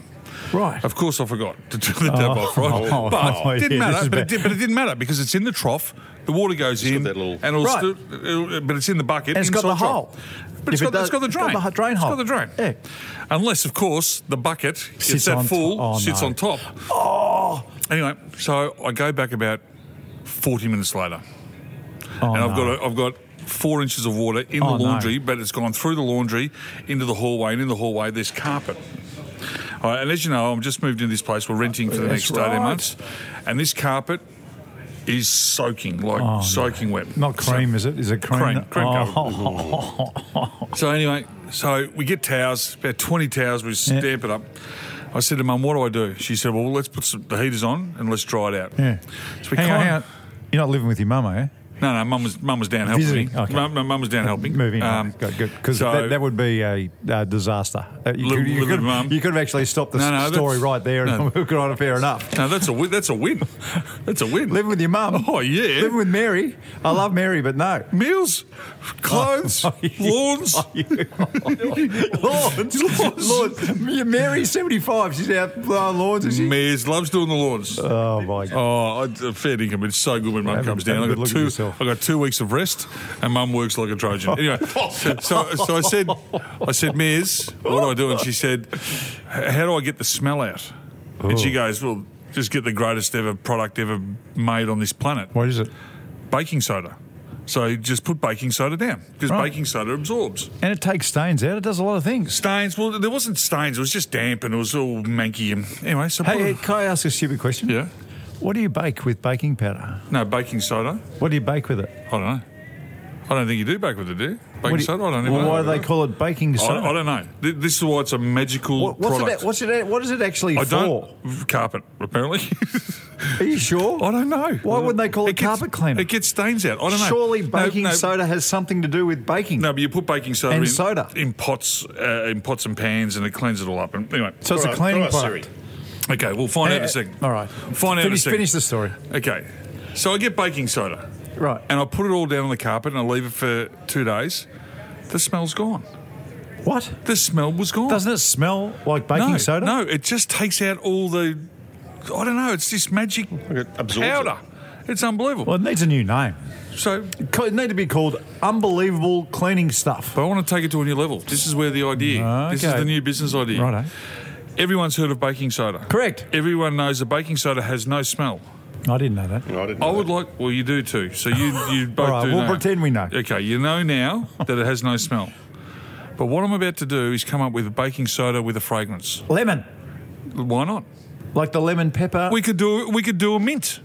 [SPEAKER 1] Right.
[SPEAKER 2] Of course, I forgot to turn the tap off, right?
[SPEAKER 1] Oh,
[SPEAKER 2] but
[SPEAKER 1] (laughs) oh,
[SPEAKER 2] it
[SPEAKER 1] yeah,
[SPEAKER 2] didn't
[SPEAKER 1] this
[SPEAKER 2] matter.
[SPEAKER 1] is
[SPEAKER 2] But
[SPEAKER 1] bad.
[SPEAKER 2] it, did, but it didn't matter because it's in the trough The water goes in, and it'll
[SPEAKER 1] Right.
[SPEAKER 2] still, it'll- but it's in the bucket.
[SPEAKER 1] And it's got
[SPEAKER 2] inside
[SPEAKER 1] the
[SPEAKER 2] drop.
[SPEAKER 1] hole.
[SPEAKER 2] But it's
[SPEAKER 1] If
[SPEAKER 2] got,
[SPEAKER 1] it does-
[SPEAKER 2] it's got the
[SPEAKER 1] it's
[SPEAKER 2] drain.
[SPEAKER 1] got the ho- drain
[SPEAKER 2] It's got
[SPEAKER 1] hole.
[SPEAKER 2] the drain.
[SPEAKER 1] Yeah.
[SPEAKER 2] Unless, of course, the bucket
[SPEAKER 1] Sits
[SPEAKER 2] gets that
[SPEAKER 1] on
[SPEAKER 2] full,
[SPEAKER 1] top. Oh,
[SPEAKER 2] sits
[SPEAKER 1] no.
[SPEAKER 2] on top. Oh. Anyway, so I go back about forty minutes later,
[SPEAKER 1] Oh,
[SPEAKER 2] and I've
[SPEAKER 1] no.
[SPEAKER 2] got a, I've got four inches of water in
[SPEAKER 1] Oh,
[SPEAKER 2] the
[SPEAKER 1] no.
[SPEAKER 2] laundry, but it's gone through the laundry into the hallway, and in the hallway there's carpet. All right, and as you know, I'm just moved into this place. We're renting for the
[SPEAKER 1] That's
[SPEAKER 2] next 18
[SPEAKER 1] right.
[SPEAKER 2] months, and this carpet is soaking, like
[SPEAKER 1] Oh, no.
[SPEAKER 2] soaking wet.
[SPEAKER 1] Not cream, is it? Is it cream?
[SPEAKER 2] Cream, cream
[SPEAKER 1] oh.
[SPEAKER 2] So anyway, so we get towels, about 20 towels, we stamp it up. I said to Mum, what do I do? She said, well, let's put some, the heaters on and let's dry it out.
[SPEAKER 1] Yeah.
[SPEAKER 2] So
[SPEAKER 1] (laughs)
[SPEAKER 2] we
[SPEAKER 1] hang on,
[SPEAKER 2] kind-
[SPEAKER 1] hang on. You're not living with your mum, are you?
[SPEAKER 2] No, no, Mum was, Mum was down helping
[SPEAKER 1] Visiting,
[SPEAKER 2] me.
[SPEAKER 1] okay. Uh,
[SPEAKER 2] Mum, Mum was down helping.
[SPEAKER 1] Moving on.
[SPEAKER 2] Um,
[SPEAKER 1] Good, good. Because
[SPEAKER 2] so-
[SPEAKER 1] that, that would be a, uh disaster. Uh, You could,
[SPEAKER 2] Live- live
[SPEAKER 1] you,
[SPEAKER 2] with
[SPEAKER 1] could,
[SPEAKER 2] mum.
[SPEAKER 1] you could have actually stopped the
[SPEAKER 2] No,
[SPEAKER 1] s-
[SPEAKER 2] no,
[SPEAKER 1] story
[SPEAKER 2] that's-
[SPEAKER 1] right there and (laughs)
[SPEAKER 2] no.
[SPEAKER 1] we could on fair enough.
[SPEAKER 2] No, that's a, win- that's a win. That's a win.
[SPEAKER 1] Living with your mum.
[SPEAKER 2] Oh, yeah.
[SPEAKER 1] Living with Mary. I love Mary, but no.
[SPEAKER 2] Meals, clothes,
[SPEAKER 1] Oh, (laughs)
[SPEAKER 2] lawns.
[SPEAKER 1] (laughs) Lords.
[SPEAKER 2] Lords.
[SPEAKER 1] Lords. Mary's 75. She's out blowing lawns, is she?
[SPEAKER 2] Mares loves doing the lawns.
[SPEAKER 1] Oh, my God.
[SPEAKER 2] Oh, I- uh, fair dinkum. It's so good when mum
[SPEAKER 1] Have a-
[SPEAKER 2] comes
[SPEAKER 1] have
[SPEAKER 2] down.
[SPEAKER 1] a
[SPEAKER 2] I
[SPEAKER 1] good
[SPEAKER 2] got
[SPEAKER 1] look at
[SPEAKER 2] two.
[SPEAKER 1] yourself.
[SPEAKER 2] I got two weeks of rest, and mum works like a Trojan. Anyway, so, so so I said, I said, Mears, what do I do? And she said, "H- How do I get the smell out? And
[SPEAKER 1] Oh.
[SPEAKER 2] she goes, Well, just get the greatest ever product ever made on this planet,
[SPEAKER 1] What is it?
[SPEAKER 2] baking soda. So you just put baking soda down because
[SPEAKER 1] Right.
[SPEAKER 2] baking soda absorbs
[SPEAKER 1] And it takes stains out. It does a lot of things.
[SPEAKER 2] stains. Well, there wasn't stains. It was just damp and it was all manky. And anyway, so put-
[SPEAKER 1] Hey, hey, can I ask a stupid question?
[SPEAKER 2] yeah,
[SPEAKER 1] What do you bake with baking powder?
[SPEAKER 2] no baking soda.
[SPEAKER 1] What do you bake with it?
[SPEAKER 2] I don't know. I don't think you do bake with it, do you? Baking
[SPEAKER 1] What do you-
[SPEAKER 2] soda? I don't even
[SPEAKER 1] well,
[SPEAKER 2] know.
[SPEAKER 1] why do they call it baking
[SPEAKER 2] I,
[SPEAKER 1] soda?
[SPEAKER 2] I don't know. Th- This is why it's a magical
[SPEAKER 1] What, what's
[SPEAKER 2] product.
[SPEAKER 1] it, what's it, what is it actually
[SPEAKER 2] I
[SPEAKER 1] for?
[SPEAKER 2] don't carpet apparently. (laughs)
[SPEAKER 1] Are you sure?
[SPEAKER 2] I don't know.
[SPEAKER 1] Why wouldn't they call it
[SPEAKER 2] gets-
[SPEAKER 1] carpet cleaner?
[SPEAKER 2] It gets stains out. I don't know.
[SPEAKER 1] Surely
[SPEAKER 2] No,
[SPEAKER 1] baking
[SPEAKER 2] no,
[SPEAKER 1] soda has something to do with baking.
[SPEAKER 2] No, but you put baking soda
[SPEAKER 1] And
[SPEAKER 2] in
[SPEAKER 1] soda.
[SPEAKER 2] in pots, uh, in pots and pans, and it cleans it all up. And anyway,
[SPEAKER 1] so it's a
[SPEAKER 3] All right,
[SPEAKER 1] cleaning
[SPEAKER 3] all right, Siri.
[SPEAKER 1] product.
[SPEAKER 2] okay, we'll find out in
[SPEAKER 1] Uh,
[SPEAKER 2] a second.
[SPEAKER 1] All right.
[SPEAKER 2] find out in a
[SPEAKER 1] finish,
[SPEAKER 2] second.
[SPEAKER 1] Finish the story.
[SPEAKER 2] Okay, so I get baking soda,
[SPEAKER 1] Right.
[SPEAKER 2] and I put it all down on the carpet, and I leave it for two days. The smell's gone.
[SPEAKER 1] What?
[SPEAKER 2] The smell was gone.
[SPEAKER 1] Doesn't it smell like baking
[SPEAKER 2] no,
[SPEAKER 1] soda?
[SPEAKER 2] No, it just takes out all the. I don't know. It's this magic
[SPEAKER 3] absorbs it.
[SPEAKER 2] powder. It's unbelievable.
[SPEAKER 1] Well, it needs a new name.
[SPEAKER 2] So,
[SPEAKER 1] Co- It need to be called unbelievable cleaning stuff.
[SPEAKER 2] but I want to take it to a new level. This is where the idea. This is
[SPEAKER 1] Okay.
[SPEAKER 2] the new business idea.
[SPEAKER 1] Righto.
[SPEAKER 2] Everyone's heard of baking soda.
[SPEAKER 1] Correct.
[SPEAKER 2] Everyone knows that baking soda has no smell.
[SPEAKER 1] I didn't know that.
[SPEAKER 3] No, I didn't
[SPEAKER 2] I
[SPEAKER 3] know
[SPEAKER 2] would
[SPEAKER 3] that.
[SPEAKER 2] like. Well, you do too. So you
[SPEAKER 1] (laughs)
[SPEAKER 2] you both
[SPEAKER 1] right,
[SPEAKER 2] do.
[SPEAKER 1] we'll
[SPEAKER 2] know.
[SPEAKER 1] pretend we know.
[SPEAKER 2] Okay, you know now that it has no smell. But what I'm about to do is come up with baking soda with a fragrance.
[SPEAKER 1] Lemon,
[SPEAKER 2] Why not?
[SPEAKER 1] like the lemon pepper.
[SPEAKER 2] We could do we could do a mint.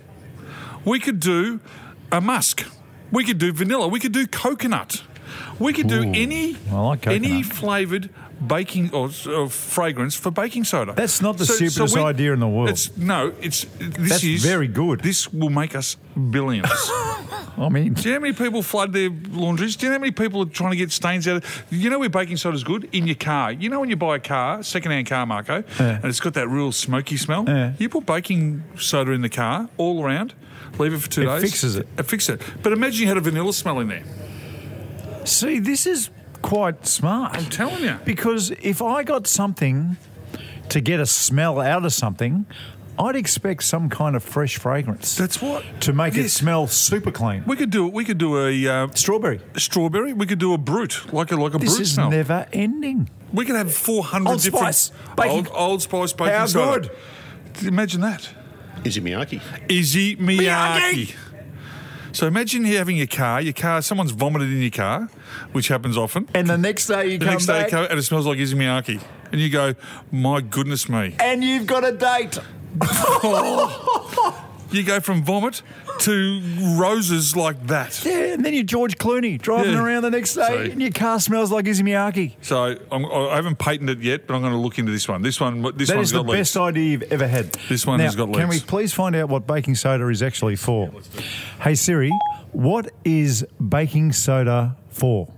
[SPEAKER 2] We could do a musk. We could do vanilla. We could do coconut. We could do any
[SPEAKER 1] I like
[SPEAKER 2] any
[SPEAKER 1] coconut.
[SPEAKER 2] flavored baking or, or fragrance for baking soda.
[SPEAKER 1] That's not the stupidest idea in the world.
[SPEAKER 2] It's no, it's this
[SPEAKER 1] That's
[SPEAKER 2] is
[SPEAKER 1] very good.
[SPEAKER 2] This will make us
[SPEAKER 1] (laughs)
[SPEAKER 2] billions.
[SPEAKER 1] I mean,
[SPEAKER 2] Do you know how many people flood their laundries? Do you know how many people are trying to get stains out of You know where baking soda's good? In your car. You know when you buy a car, secondhand car, Marco, and it's got that real smoky smell?
[SPEAKER 1] Yeah.
[SPEAKER 2] You put baking soda in the car all around, leave it for two
[SPEAKER 1] It
[SPEAKER 2] days.
[SPEAKER 1] fixes it.
[SPEAKER 2] It fixes it. But imagine you had a vanilla smell in there.
[SPEAKER 1] see, this is quite smart.
[SPEAKER 2] I'm telling you.
[SPEAKER 1] Because if I got something to get a smell out of something, I'd expect some kind of fresh fragrance.
[SPEAKER 2] That's what.
[SPEAKER 1] to make it
[SPEAKER 2] Yes.
[SPEAKER 1] smell super clean.
[SPEAKER 2] We could do it. We could do a uh,
[SPEAKER 1] Strawberry.
[SPEAKER 2] strawberry. We could do a brute, like a like a
[SPEAKER 1] This
[SPEAKER 2] brute
[SPEAKER 1] is
[SPEAKER 2] smell.
[SPEAKER 1] never ending.
[SPEAKER 2] we could have 400
[SPEAKER 1] Old
[SPEAKER 2] different
[SPEAKER 1] Spice baking-
[SPEAKER 2] old, old spice baking
[SPEAKER 1] How
[SPEAKER 2] soda. Imagine that.
[SPEAKER 3] Izzy Miyake.
[SPEAKER 2] Izzy Miyake. So imagine you having your car, your car, someone's vomited in your car, which happens often.
[SPEAKER 1] And the next day you
[SPEAKER 2] the
[SPEAKER 1] come
[SPEAKER 2] next day
[SPEAKER 1] back
[SPEAKER 2] you come and it smells like Izzy Miyake. And you go, my goodness me.
[SPEAKER 1] and you've got a date.
[SPEAKER 2] You go from vomit to roses like that.
[SPEAKER 1] Yeah, and then you're George Clooney driving
[SPEAKER 2] Yeah.
[SPEAKER 1] around the next day
[SPEAKER 2] Sorry.
[SPEAKER 1] and your car smells like Izzy Miyake.
[SPEAKER 2] So I'm, I haven't patented it yet, but I'm going to look into this one. This one, this
[SPEAKER 1] That
[SPEAKER 2] one's
[SPEAKER 1] is the
[SPEAKER 2] got legs. (laughs)
[SPEAKER 1] best idea you've ever had.
[SPEAKER 2] This one
[SPEAKER 1] now,
[SPEAKER 2] has got
[SPEAKER 1] Can we
[SPEAKER 2] legs.
[SPEAKER 1] please find out what baking soda is actually for? hey Siri, what is baking soda
[SPEAKER 2] (laughs)
[SPEAKER 1] for?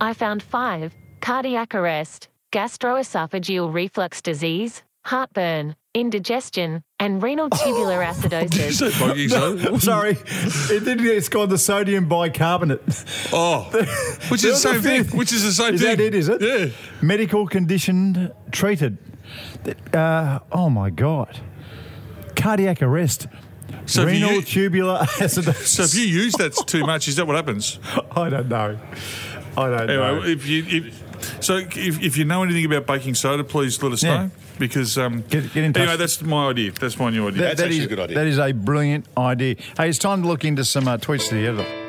[SPEAKER 11] I found five cardiac arrest, gastroesophageal reflux disease, heartburn, indigestion, and renal tubular
[SPEAKER 9] (laughs)
[SPEAKER 11] acidosis.
[SPEAKER 2] Is that
[SPEAKER 1] (laughs)
[SPEAKER 2] baking soda?
[SPEAKER 1] Sorry, it didn't, it's called the sodium bicarbonate.
[SPEAKER 2] Oh, which is the
[SPEAKER 1] other
[SPEAKER 2] same thing. Which is the same
[SPEAKER 1] is
[SPEAKER 2] thing.
[SPEAKER 1] that it? Is it?
[SPEAKER 2] Yeah.
[SPEAKER 1] Medical condition treated. That- Uh, oh my god. Cardiac arrest.
[SPEAKER 2] So if
[SPEAKER 1] renal
[SPEAKER 2] you-
[SPEAKER 1] tubular
[SPEAKER 2] (laughs)
[SPEAKER 1] acidosis.
[SPEAKER 2] So if you use that too much, is that what happens?
[SPEAKER 1] I don't know. I don't know.
[SPEAKER 2] Anyway, if you if, so if, if you know anything about baking soda, please let us
[SPEAKER 1] Yeah.
[SPEAKER 2] know because um, get,
[SPEAKER 1] in touch.
[SPEAKER 2] Anyway, that's my idea. That's my new idea.
[SPEAKER 1] That- that is- That is a brilliant idea. Hey, it's time to look into some uh, tweets to the editor.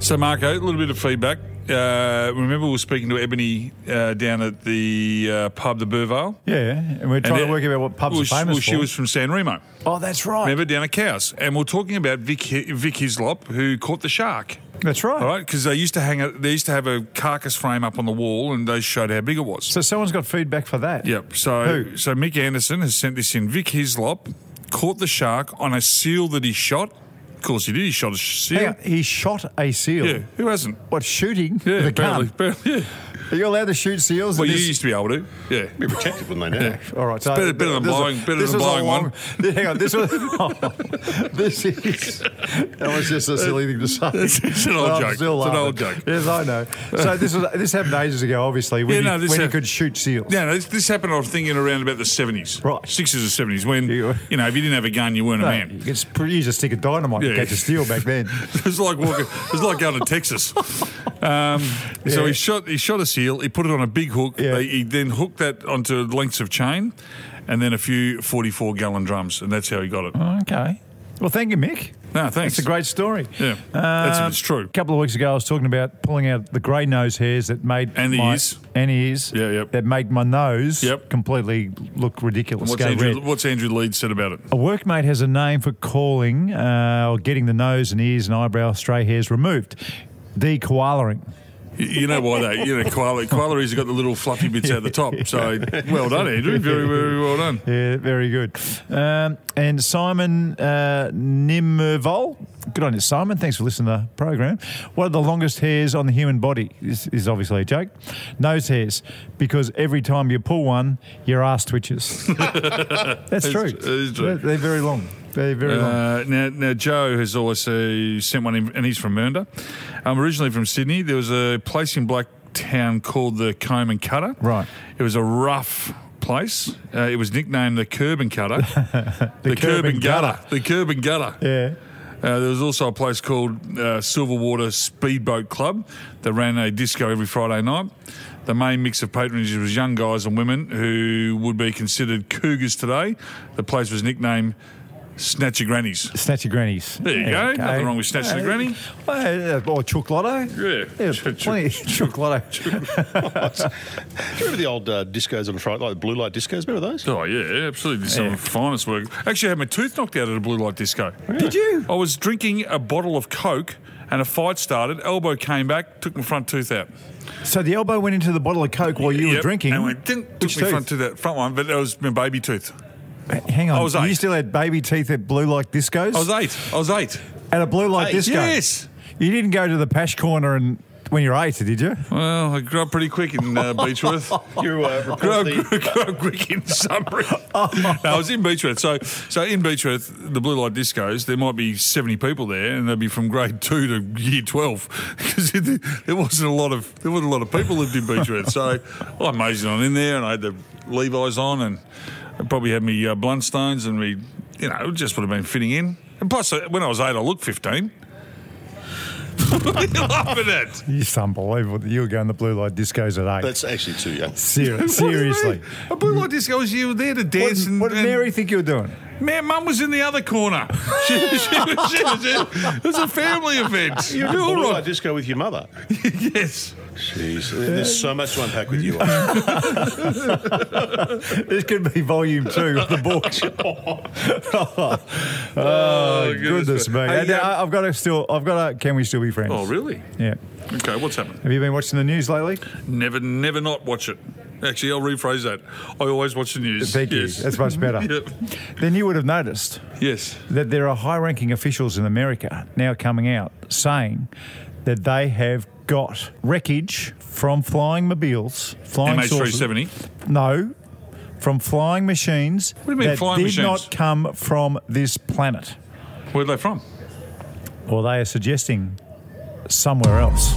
[SPEAKER 2] So, Marco, a little bit of feedback. Uh, remember, we were speaking to Ebony uh, down at the uh, pub, the Burvale.
[SPEAKER 1] Yeah, and we're trying
[SPEAKER 2] And
[SPEAKER 1] to
[SPEAKER 2] it-
[SPEAKER 1] work out what pubs
[SPEAKER 2] well,
[SPEAKER 1] are
[SPEAKER 2] she-
[SPEAKER 1] famous
[SPEAKER 2] well,
[SPEAKER 1] for.
[SPEAKER 2] she was from San Remo.
[SPEAKER 1] oh, that's right.
[SPEAKER 2] Remember, down at Cows. And we're talking about Vic, Vic Hislop, who caught the shark.
[SPEAKER 1] That's right.
[SPEAKER 2] All right, because they used to hang. A, they used to have a carcass frame up on the wall, and they showed how big it was.
[SPEAKER 1] So someone's got feedback for that.
[SPEAKER 2] Yep. So so Mick Anderson has sent this in. Vic Hislop caught the shark on a seal that he shot. Of course, he did. He shot a sh- seal.
[SPEAKER 1] Hang on, he shot a seal.
[SPEAKER 2] Yeah, who hasn't?
[SPEAKER 1] What shooting?
[SPEAKER 2] Yeah,
[SPEAKER 1] with a
[SPEAKER 2] apparently,
[SPEAKER 1] gun. Are you allowed to shoot seals?
[SPEAKER 2] Well,
[SPEAKER 1] in
[SPEAKER 2] you
[SPEAKER 1] this-
[SPEAKER 2] used to be able to. Yeah, be protected
[SPEAKER 3] when
[SPEAKER 2] they
[SPEAKER 1] Yeah. All right. So
[SPEAKER 2] better, better than
[SPEAKER 1] this-
[SPEAKER 2] blowing. Better
[SPEAKER 1] this
[SPEAKER 2] than
[SPEAKER 1] was a
[SPEAKER 2] blowing
[SPEAKER 1] long-
[SPEAKER 2] one.
[SPEAKER 1] Hang on. This was. (laughs) this is. That was just a silly thing to say.
[SPEAKER 2] (laughs) It's an old
[SPEAKER 1] But I'm
[SPEAKER 2] joke.
[SPEAKER 1] still
[SPEAKER 2] It's an
[SPEAKER 1] laughing.
[SPEAKER 2] old joke.
[SPEAKER 1] Yes, I know. So this was this happened ages ago. Obviously, when,
[SPEAKER 2] Yeah,
[SPEAKER 1] you,
[SPEAKER 2] no, this
[SPEAKER 1] when you
[SPEAKER 2] hap-
[SPEAKER 1] could shoot seals.
[SPEAKER 2] Yeah, no, this, this happened. I was thinking around about the seventies, right? Sixties or seventies, when you know, if you didn't have a gun, you weren't
[SPEAKER 1] No,
[SPEAKER 2] a man. (laughs)
[SPEAKER 1] You could just use a stick of dynamite
[SPEAKER 2] Yeah.
[SPEAKER 1] to catch a seal back
[SPEAKER 2] (laughs)
[SPEAKER 1] then.
[SPEAKER 2] It was like walking. It was like going
[SPEAKER 1] (laughs)
[SPEAKER 2] to Texas. Um, So he shot. He shot a seal. He put it on a big hook. They, he then hooked that onto lengths of chain, and then a few forty-four gallon drums, and that's how he got it.
[SPEAKER 1] Oh, okay. Well, thank you, Mick.
[SPEAKER 2] No, thanks.
[SPEAKER 1] It's a great story. Um,
[SPEAKER 2] Yeah, that's if it's true.
[SPEAKER 1] A couple of weeks ago, I was talking about pulling out the grey nose hairs that made
[SPEAKER 2] And the
[SPEAKER 1] my,
[SPEAKER 2] ears.
[SPEAKER 1] and ears. Yeah, yep. That made my nose completely look ridiculous.
[SPEAKER 2] What's
[SPEAKER 1] go
[SPEAKER 2] Andrew,
[SPEAKER 1] red.
[SPEAKER 2] what's Andrew Leeds said about it?
[SPEAKER 1] A workmate has a name for calling uh, or getting the nose and ears and eyebrow stray hairs removed. Dekoalaring.
[SPEAKER 2] You- You know why they? You know, koala, koala has got the little fluffy bits out
[SPEAKER 1] (laughs)
[SPEAKER 2] the top. So well done, Andrew. Very, very well done.
[SPEAKER 1] Yeah, very good. Um, and Simon uh, Nimmervol, good on you, Simon. Thanks for listening to the program. What are the longest hairs on the human body? This is obviously a joke. Nose hairs, because every time you pull one, your ass
[SPEAKER 2] (laughs)
[SPEAKER 1] twitches. That's
[SPEAKER 2] It's-
[SPEAKER 1] true.
[SPEAKER 2] it is true.
[SPEAKER 1] They're, they're very long. They're very long.
[SPEAKER 2] Uh, now, now, Joe has also sent one in, and he's from Mernda. Um, originally from Sydney, there was a place in Blacktown called the Comb and Cutter. Right. It was a rough place. Uh, it was nicknamed the Curb
[SPEAKER 1] (laughs)
[SPEAKER 2] and Cutter.
[SPEAKER 1] The Curb and Gutter.
[SPEAKER 2] The Curb and Gutter.
[SPEAKER 1] Yeah.
[SPEAKER 2] Uh, there was also a place called uh, Silverwater Speedboat Club that ran a disco every Friday night. The main mix of patronage was young guys and women who would be considered cougars today. The place was nicknamed Snatcher Grannies.
[SPEAKER 1] Snatch your grannies.
[SPEAKER 2] There you go. Nothing wrong with snatching a granny.
[SPEAKER 1] Well, uh, or chook lotto. Yeah.
[SPEAKER 2] (laughs)
[SPEAKER 1] plenty- chook lotto.
[SPEAKER 3] Do you remember the old uh, discos on Friday, like the blue light discos? Remember
[SPEAKER 2] (laughs)
[SPEAKER 3] those?
[SPEAKER 2] Oh yeah, absolutely. Some of the finest work. Actually, I had my tooth knocked out at a blue light disco. Did
[SPEAKER 1] you?
[SPEAKER 2] I was drinking a bottle of Coke, and a fight started. Elbow came back, took my front tooth out.
[SPEAKER 1] So the elbow went into the bottle of Coke while you were
[SPEAKER 2] Yep,
[SPEAKER 1] drinking.
[SPEAKER 2] and went, ding, took
[SPEAKER 1] Which
[SPEAKER 2] me
[SPEAKER 1] tooth?
[SPEAKER 2] front tooth out, front one, but that was my baby tooth.
[SPEAKER 1] Hang on.
[SPEAKER 2] I was
[SPEAKER 1] You
[SPEAKER 2] eight.
[SPEAKER 1] still had baby teeth that blew like discos?
[SPEAKER 2] I was eight. I was eight.
[SPEAKER 1] At a blue light
[SPEAKER 2] Eight.
[SPEAKER 1] disco?
[SPEAKER 2] Yes.
[SPEAKER 1] You didn't go to the Pash corner and when you were eight, did you?
[SPEAKER 2] Well, I grew up pretty quick in (laughs) uh, Beechworth.
[SPEAKER 3] you uh,
[SPEAKER 2] grew, up,
[SPEAKER 1] (laughs)
[SPEAKER 2] grew up quick in Sunbury. no, I was in Beechworth. So, so in Beechworth, the blue light discos, there might be seventy people there, and they'd be from grade two to year twelve (laughs) because there wasn't a lot of there wasn't a lot of people lived in Beechworth. So I mazed on in there, and I had the Levi's on, and I probably had me uh, Blundstones, and me, you know, it just would have been fitting in. And plus, uh, when I was eight, I looked fifteen. (laughs) what are you laughing at?
[SPEAKER 1] It's unbelievable that you were going to blue light discos at eight.
[SPEAKER 3] That's actually too
[SPEAKER 2] (laughs)
[SPEAKER 3] young.
[SPEAKER 1] Seri-
[SPEAKER 2] What do you mean?
[SPEAKER 1] seriously.
[SPEAKER 2] A blue light disco was you were there to dance and.
[SPEAKER 1] What did
[SPEAKER 2] and-
[SPEAKER 1] Mary think you were doing?
[SPEAKER 2] Man, Mum was in the other corner. (laughs) She, she, was- she was in- it was a
[SPEAKER 1] (laughs)
[SPEAKER 2] family event.
[SPEAKER 3] You
[SPEAKER 2] You're
[SPEAKER 3] were blue
[SPEAKER 2] all
[SPEAKER 3] light
[SPEAKER 2] right.
[SPEAKER 3] disco with your mother.
[SPEAKER 2] yes.
[SPEAKER 3] Jeez, there's so much to unpack
[SPEAKER 2] (laughs)
[SPEAKER 3] with you. I
[SPEAKER 1] This could be volume two of the
[SPEAKER 2] (laughs)
[SPEAKER 1] book. (laughs) oh, goodness,
[SPEAKER 2] goodness,
[SPEAKER 1] me.
[SPEAKER 2] mate. Hey,
[SPEAKER 1] And, uh,
[SPEAKER 2] yeah.
[SPEAKER 1] I've got to still, I've got to, can we still be friends?
[SPEAKER 2] Oh, really?
[SPEAKER 1] Yeah.
[SPEAKER 2] Okay, what's happened?
[SPEAKER 1] Have you been watching the news lately?
[SPEAKER 2] Never, never not watch it. Actually, I'll rephrase that. I always watch the news.
[SPEAKER 1] Thank you.
[SPEAKER 2] Yes.
[SPEAKER 1] That's much better.
[SPEAKER 2] (laughs) Yep.
[SPEAKER 1] Then you would have noticed
[SPEAKER 2] Yes.
[SPEAKER 1] that there are high ranking officials in America now coming out saying that they have got wreckage from flying mobiles, flying sources-
[SPEAKER 2] MH370.
[SPEAKER 1] No, from flying machines
[SPEAKER 2] do you mean
[SPEAKER 1] that
[SPEAKER 2] flying
[SPEAKER 1] did
[SPEAKER 2] machines?
[SPEAKER 1] not come from this planet.
[SPEAKER 2] Where are they from?
[SPEAKER 1] Or they are suggesting somewhere else,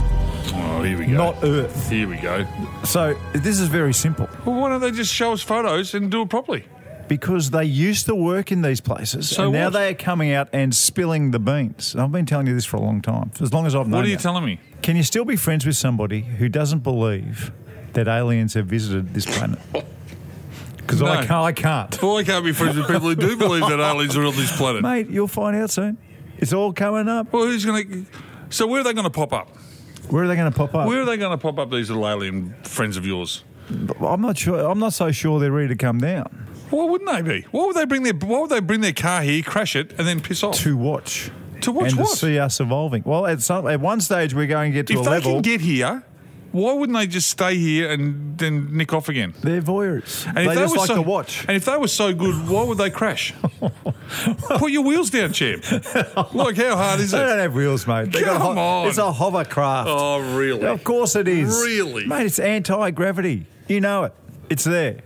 [SPEAKER 2] Oh, here we go.
[SPEAKER 1] not Earth.
[SPEAKER 2] Here we go.
[SPEAKER 1] So this is very simple.
[SPEAKER 2] Well, why don't they just show us photos and do it properly?
[SPEAKER 1] that because they used to work in these places,
[SPEAKER 2] So
[SPEAKER 1] and now
[SPEAKER 2] what?
[SPEAKER 1] they are coming out and spilling the beans. And I've been telling you this for a long time, for as long as I've known.
[SPEAKER 2] What are you
[SPEAKER 1] you.
[SPEAKER 2] telling me?
[SPEAKER 1] Can you still be friends with somebody who doesn't believe that aliens have visited this planet? Because I
[SPEAKER 2] No.
[SPEAKER 1] can't. I can't.
[SPEAKER 2] Well, I can't be friends with people who do believe that aliens are on this planet.
[SPEAKER 1] Mate, you'll find out soon. It's all coming up.
[SPEAKER 2] Well, who's going to? So where are they going to pop up?
[SPEAKER 1] Where are they going to pop up?
[SPEAKER 2] Where are they going to pop up? These little alien friends of yours.
[SPEAKER 1] I'm not sure. I'm not so sure they're ready to come down
[SPEAKER 2] Why wouldn't they be? Why would they bring their Why would they bring their car here, crash it, and then piss off?
[SPEAKER 1] to watch.
[SPEAKER 2] To watch
[SPEAKER 1] and
[SPEAKER 2] what?
[SPEAKER 1] to see us evolving. Well, at some at one stage we're going to get to
[SPEAKER 2] if
[SPEAKER 1] a
[SPEAKER 2] they
[SPEAKER 1] level.
[SPEAKER 2] can get here, why wouldn't they just stay here and then nick off again?
[SPEAKER 1] they're voyeurs.
[SPEAKER 2] And
[SPEAKER 1] they, just
[SPEAKER 2] were
[SPEAKER 1] like
[SPEAKER 2] so,
[SPEAKER 1] to watch.
[SPEAKER 2] And if they were so good, why would
[SPEAKER 1] (laughs)
[SPEAKER 2] they crash? Put your wheels down, champ. Look, how hard is
[SPEAKER 1] They (laughs)
[SPEAKER 2] it?
[SPEAKER 1] don't have wheels, mate. They got
[SPEAKER 2] Come
[SPEAKER 1] a ho-
[SPEAKER 2] on.
[SPEAKER 1] It's a hovercraft.
[SPEAKER 2] Oh, really?
[SPEAKER 1] Of course it is.
[SPEAKER 2] Really?
[SPEAKER 1] Mate, it's anti gravity. You know it. It's there.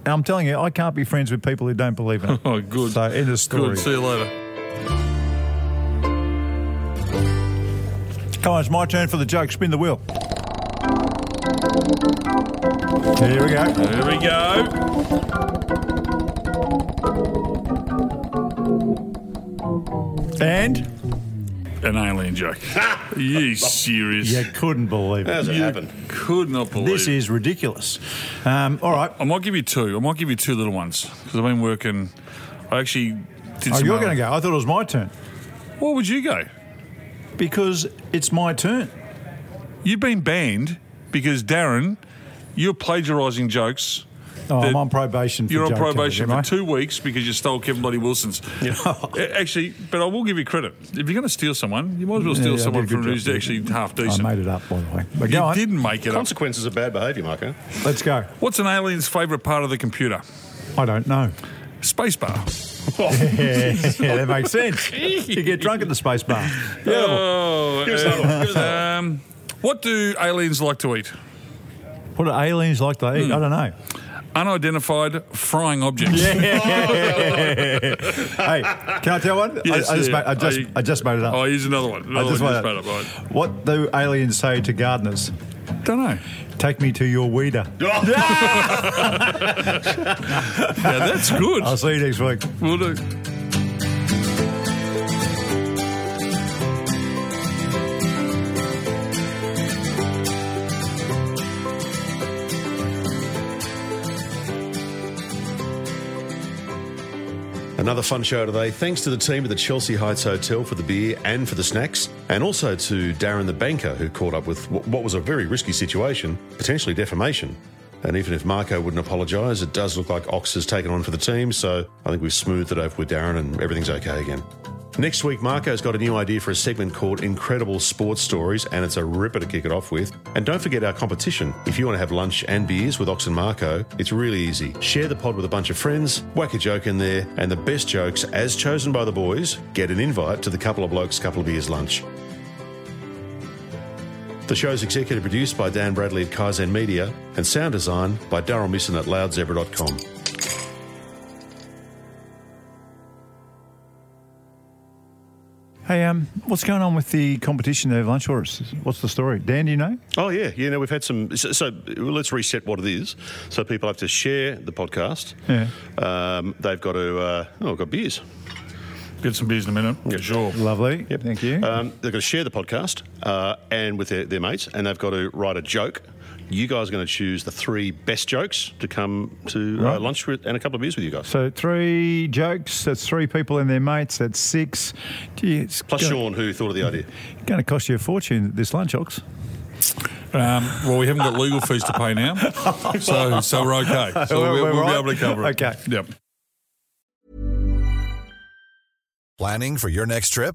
[SPEAKER 1] And I'm telling you, I can't be friends with people who don't believe in it.
[SPEAKER 2] (laughs) Oh, good.
[SPEAKER 1] So, end of story.
[SPEAKER 2] Good. See you later.
[SPEAKER 1] Come on, it's my turn for the joke. Spin the wheel. Here we go.
[SPEAKER 2] There we go.
[SPEAKER 1] And
[SPEAKER 2] An
[SPEAKER 1] (laughs)
[SPEAKER 2] alien joke. you serious?
[SPEAKER 1] you couldn't believe it.
[SPEAKER 3] How's it
[SPEAKER 2] You
[SPEAKER 3] happen?
[SPEAKER 2] (laughs) Could not believe
[SPEAKER 1] This is ridiculous. Um, all right.
[SPEAKER 2] I might give you two. I might give you two little ones because I've been working. I actually did.
[SPEAKER 1] Oh,
[SPEAKER 2] some
[SPEAKER 1] you're
[SPEAKER 2] other-
[SPEAKER 1] going to go. I thought it was my turn
[SPEAKER 2] Why would you go?
[SPEAKER 1] because it's my turn.
[SPEAKER 2] You've been banned because Darren, you're plagiarising jokes.
[SPEAKER 1] Oh, I'm
[SPEAKER 2] The-
[SPEAKER 1] on probation. For
[SPEAKER 2] You're on
[SPEAKER 1] joke telling,
[SPEAKER 2] probation
[SPEAKER 1] am I?
[SPEAKER 2] for two weeks because you stole Kevin Bloody
[SPEAKER 1] (laughs)
[SPEAKER 2] Wilson's. A- actually, but I will give you credit. If you're going to steal someone, you might as well
[SPEAKER 1] Yeah,
[SPEAKER 2] steal
[SPEAKER 1] I did a
[SPEAKER 2] someone
[SPEAKER 1] good
[SPEAKER 2] from
[SPEAKER 1] job.
[SPEAKER 2] who's actually half
[SPEAKER 1] I
[SPEAKER 2] decent.
[SPEAKER 1] made it up, by the way. But
[SPEAKER 2] you
[SPEAKER 1] go on.
[SPEAKER 2] didn't make it up.
[SPEAKER 3] Consequences of bad behaviour, Marco.
[SPEAKER 1] Let's go.
[SPEAKER 2] What's an alien's favourite part of the computer?
[SPEAKER 1] I don't
[SPEAKER 2] (laughs)
[SPEAKER 1] know.
[SPEAKER 2] Spacebar.
[SPEAKER 1] yeah, that makes sense. You get drunk at the space bar.
[SPEAKER 2] Oh, uh, um, what do aliens like to eat?
[SPEAKER 1] What do aliens like to eat?
[SPEAKER 2] Hmm.
[SPEAKER 1] I don't know.
[SPEAKER 2] Unidentified frying objects.
[SPEAKER 1] Hey, can I tell one?
[SPEAKER 2] Yes,
[SPEAKER 1] I, I just,
[SPEAKER 2] yeah.
[SPEAKER 1] made, I, just
[SPEAKER 2] Oh, you-
[SPEAKER 1] I just made it up.
[SPEAKER 2] (laughs) Oh, here's another one. Another
[SPEAKER 1] I just
[SPEAKER 2] one
[SPEAKER 1] made it
[SPEAKER 2] just made up.
[SPEAKER 1] up.
[SPEAKER 2] Right.
[SPEAKER 1] What do aliens say to gardeners?
[SPEAKER 2] Don't know.
[SPEAKER 1] Take me to your weeder.
[SPEAKER 2] Yeah, that's (laughs) good.
[SPEAKER 1] I'll see you next week.
[SPEAKER 2] Will do.
[SPEAKER 3] Another fun show today. Thanks to the team at the Chelsea Heights Hotel for the beer and for the snacks, and also to Darren the banker who caught up with wh- what was a very risky situation, potentially defamation. And even if Marco wouldn't apologise, it does look like Ox has taken on for the team, so I think we've smoothed it over with Darren and everything's okay again. Next week, Marco's got a new idea for a segment called Incredible Sports Stories, and it's a ripper to kick it off with. And don't forget our competition. If you want to have lunch and beers with Ox and Marco, it's really easy. Share the pod with a bunch of friends, whack a joke in there, and the best jokes, as chosen by the boys, get an invite to the Couple of Blokes Couple of Beers lunch. The show's executive produced by Dan Bradley at Kaizen Media and sound design by Daryl Misson at loudzebra.com.
[SPEAKER 1] Hey, um, what's going on with the competition there, lunch or is- What's the story? Dan, do you know?
[SPEAKER 3] Oh yeah, yeah. Now we've had some. So, so let's reset what it is. So people have to share the podcast.
[SPEAKER 1] Yeah.
[SPEAKER 3] Um, they've got to. Uh, oh, I've got beers.
[SPEAKER 2] Get some beers in a minute. Yeah, sure. Uh,
[SPEAKER 1] Lovely. Thank you.
[SPEAKER 3] Um, they've got to share the podcast uh, and with their, their mates, and they've got to write a joke. You guys are going to choose the three best jokes to come to uh,
[SPEAKER 1] Right.
[SPEAKER 3] lunch with and a couple of beers with you guys.
[SPEAKER 1] so three jokes. That's three people and their mates. That's six. Gee, it's
[SPEAKER 3] Plus
[SPEAKER 1] gonna,
[SPEAKER 3] Sean, who thought of the idea.
[SPEAKER 1] going to cost you a fortune this lunch, Ox.
[SPEAKER 2] Um, well, we haven't got legal fees to pay (laughs) now, so so we're okay. So (laughs)
[SPEAKER 1] We're-
[SPEAKER 2] we'll,
[SPEAKER 1] we're
[SPEAKER 2] we'll
[SPEAKER 1] right?
[SPEAKER 2] be able to cover it.
[SPEAKER 1] Okay.
[SPEAKER 2] Yep.
[SPEAKER 12] Planning for your next trip?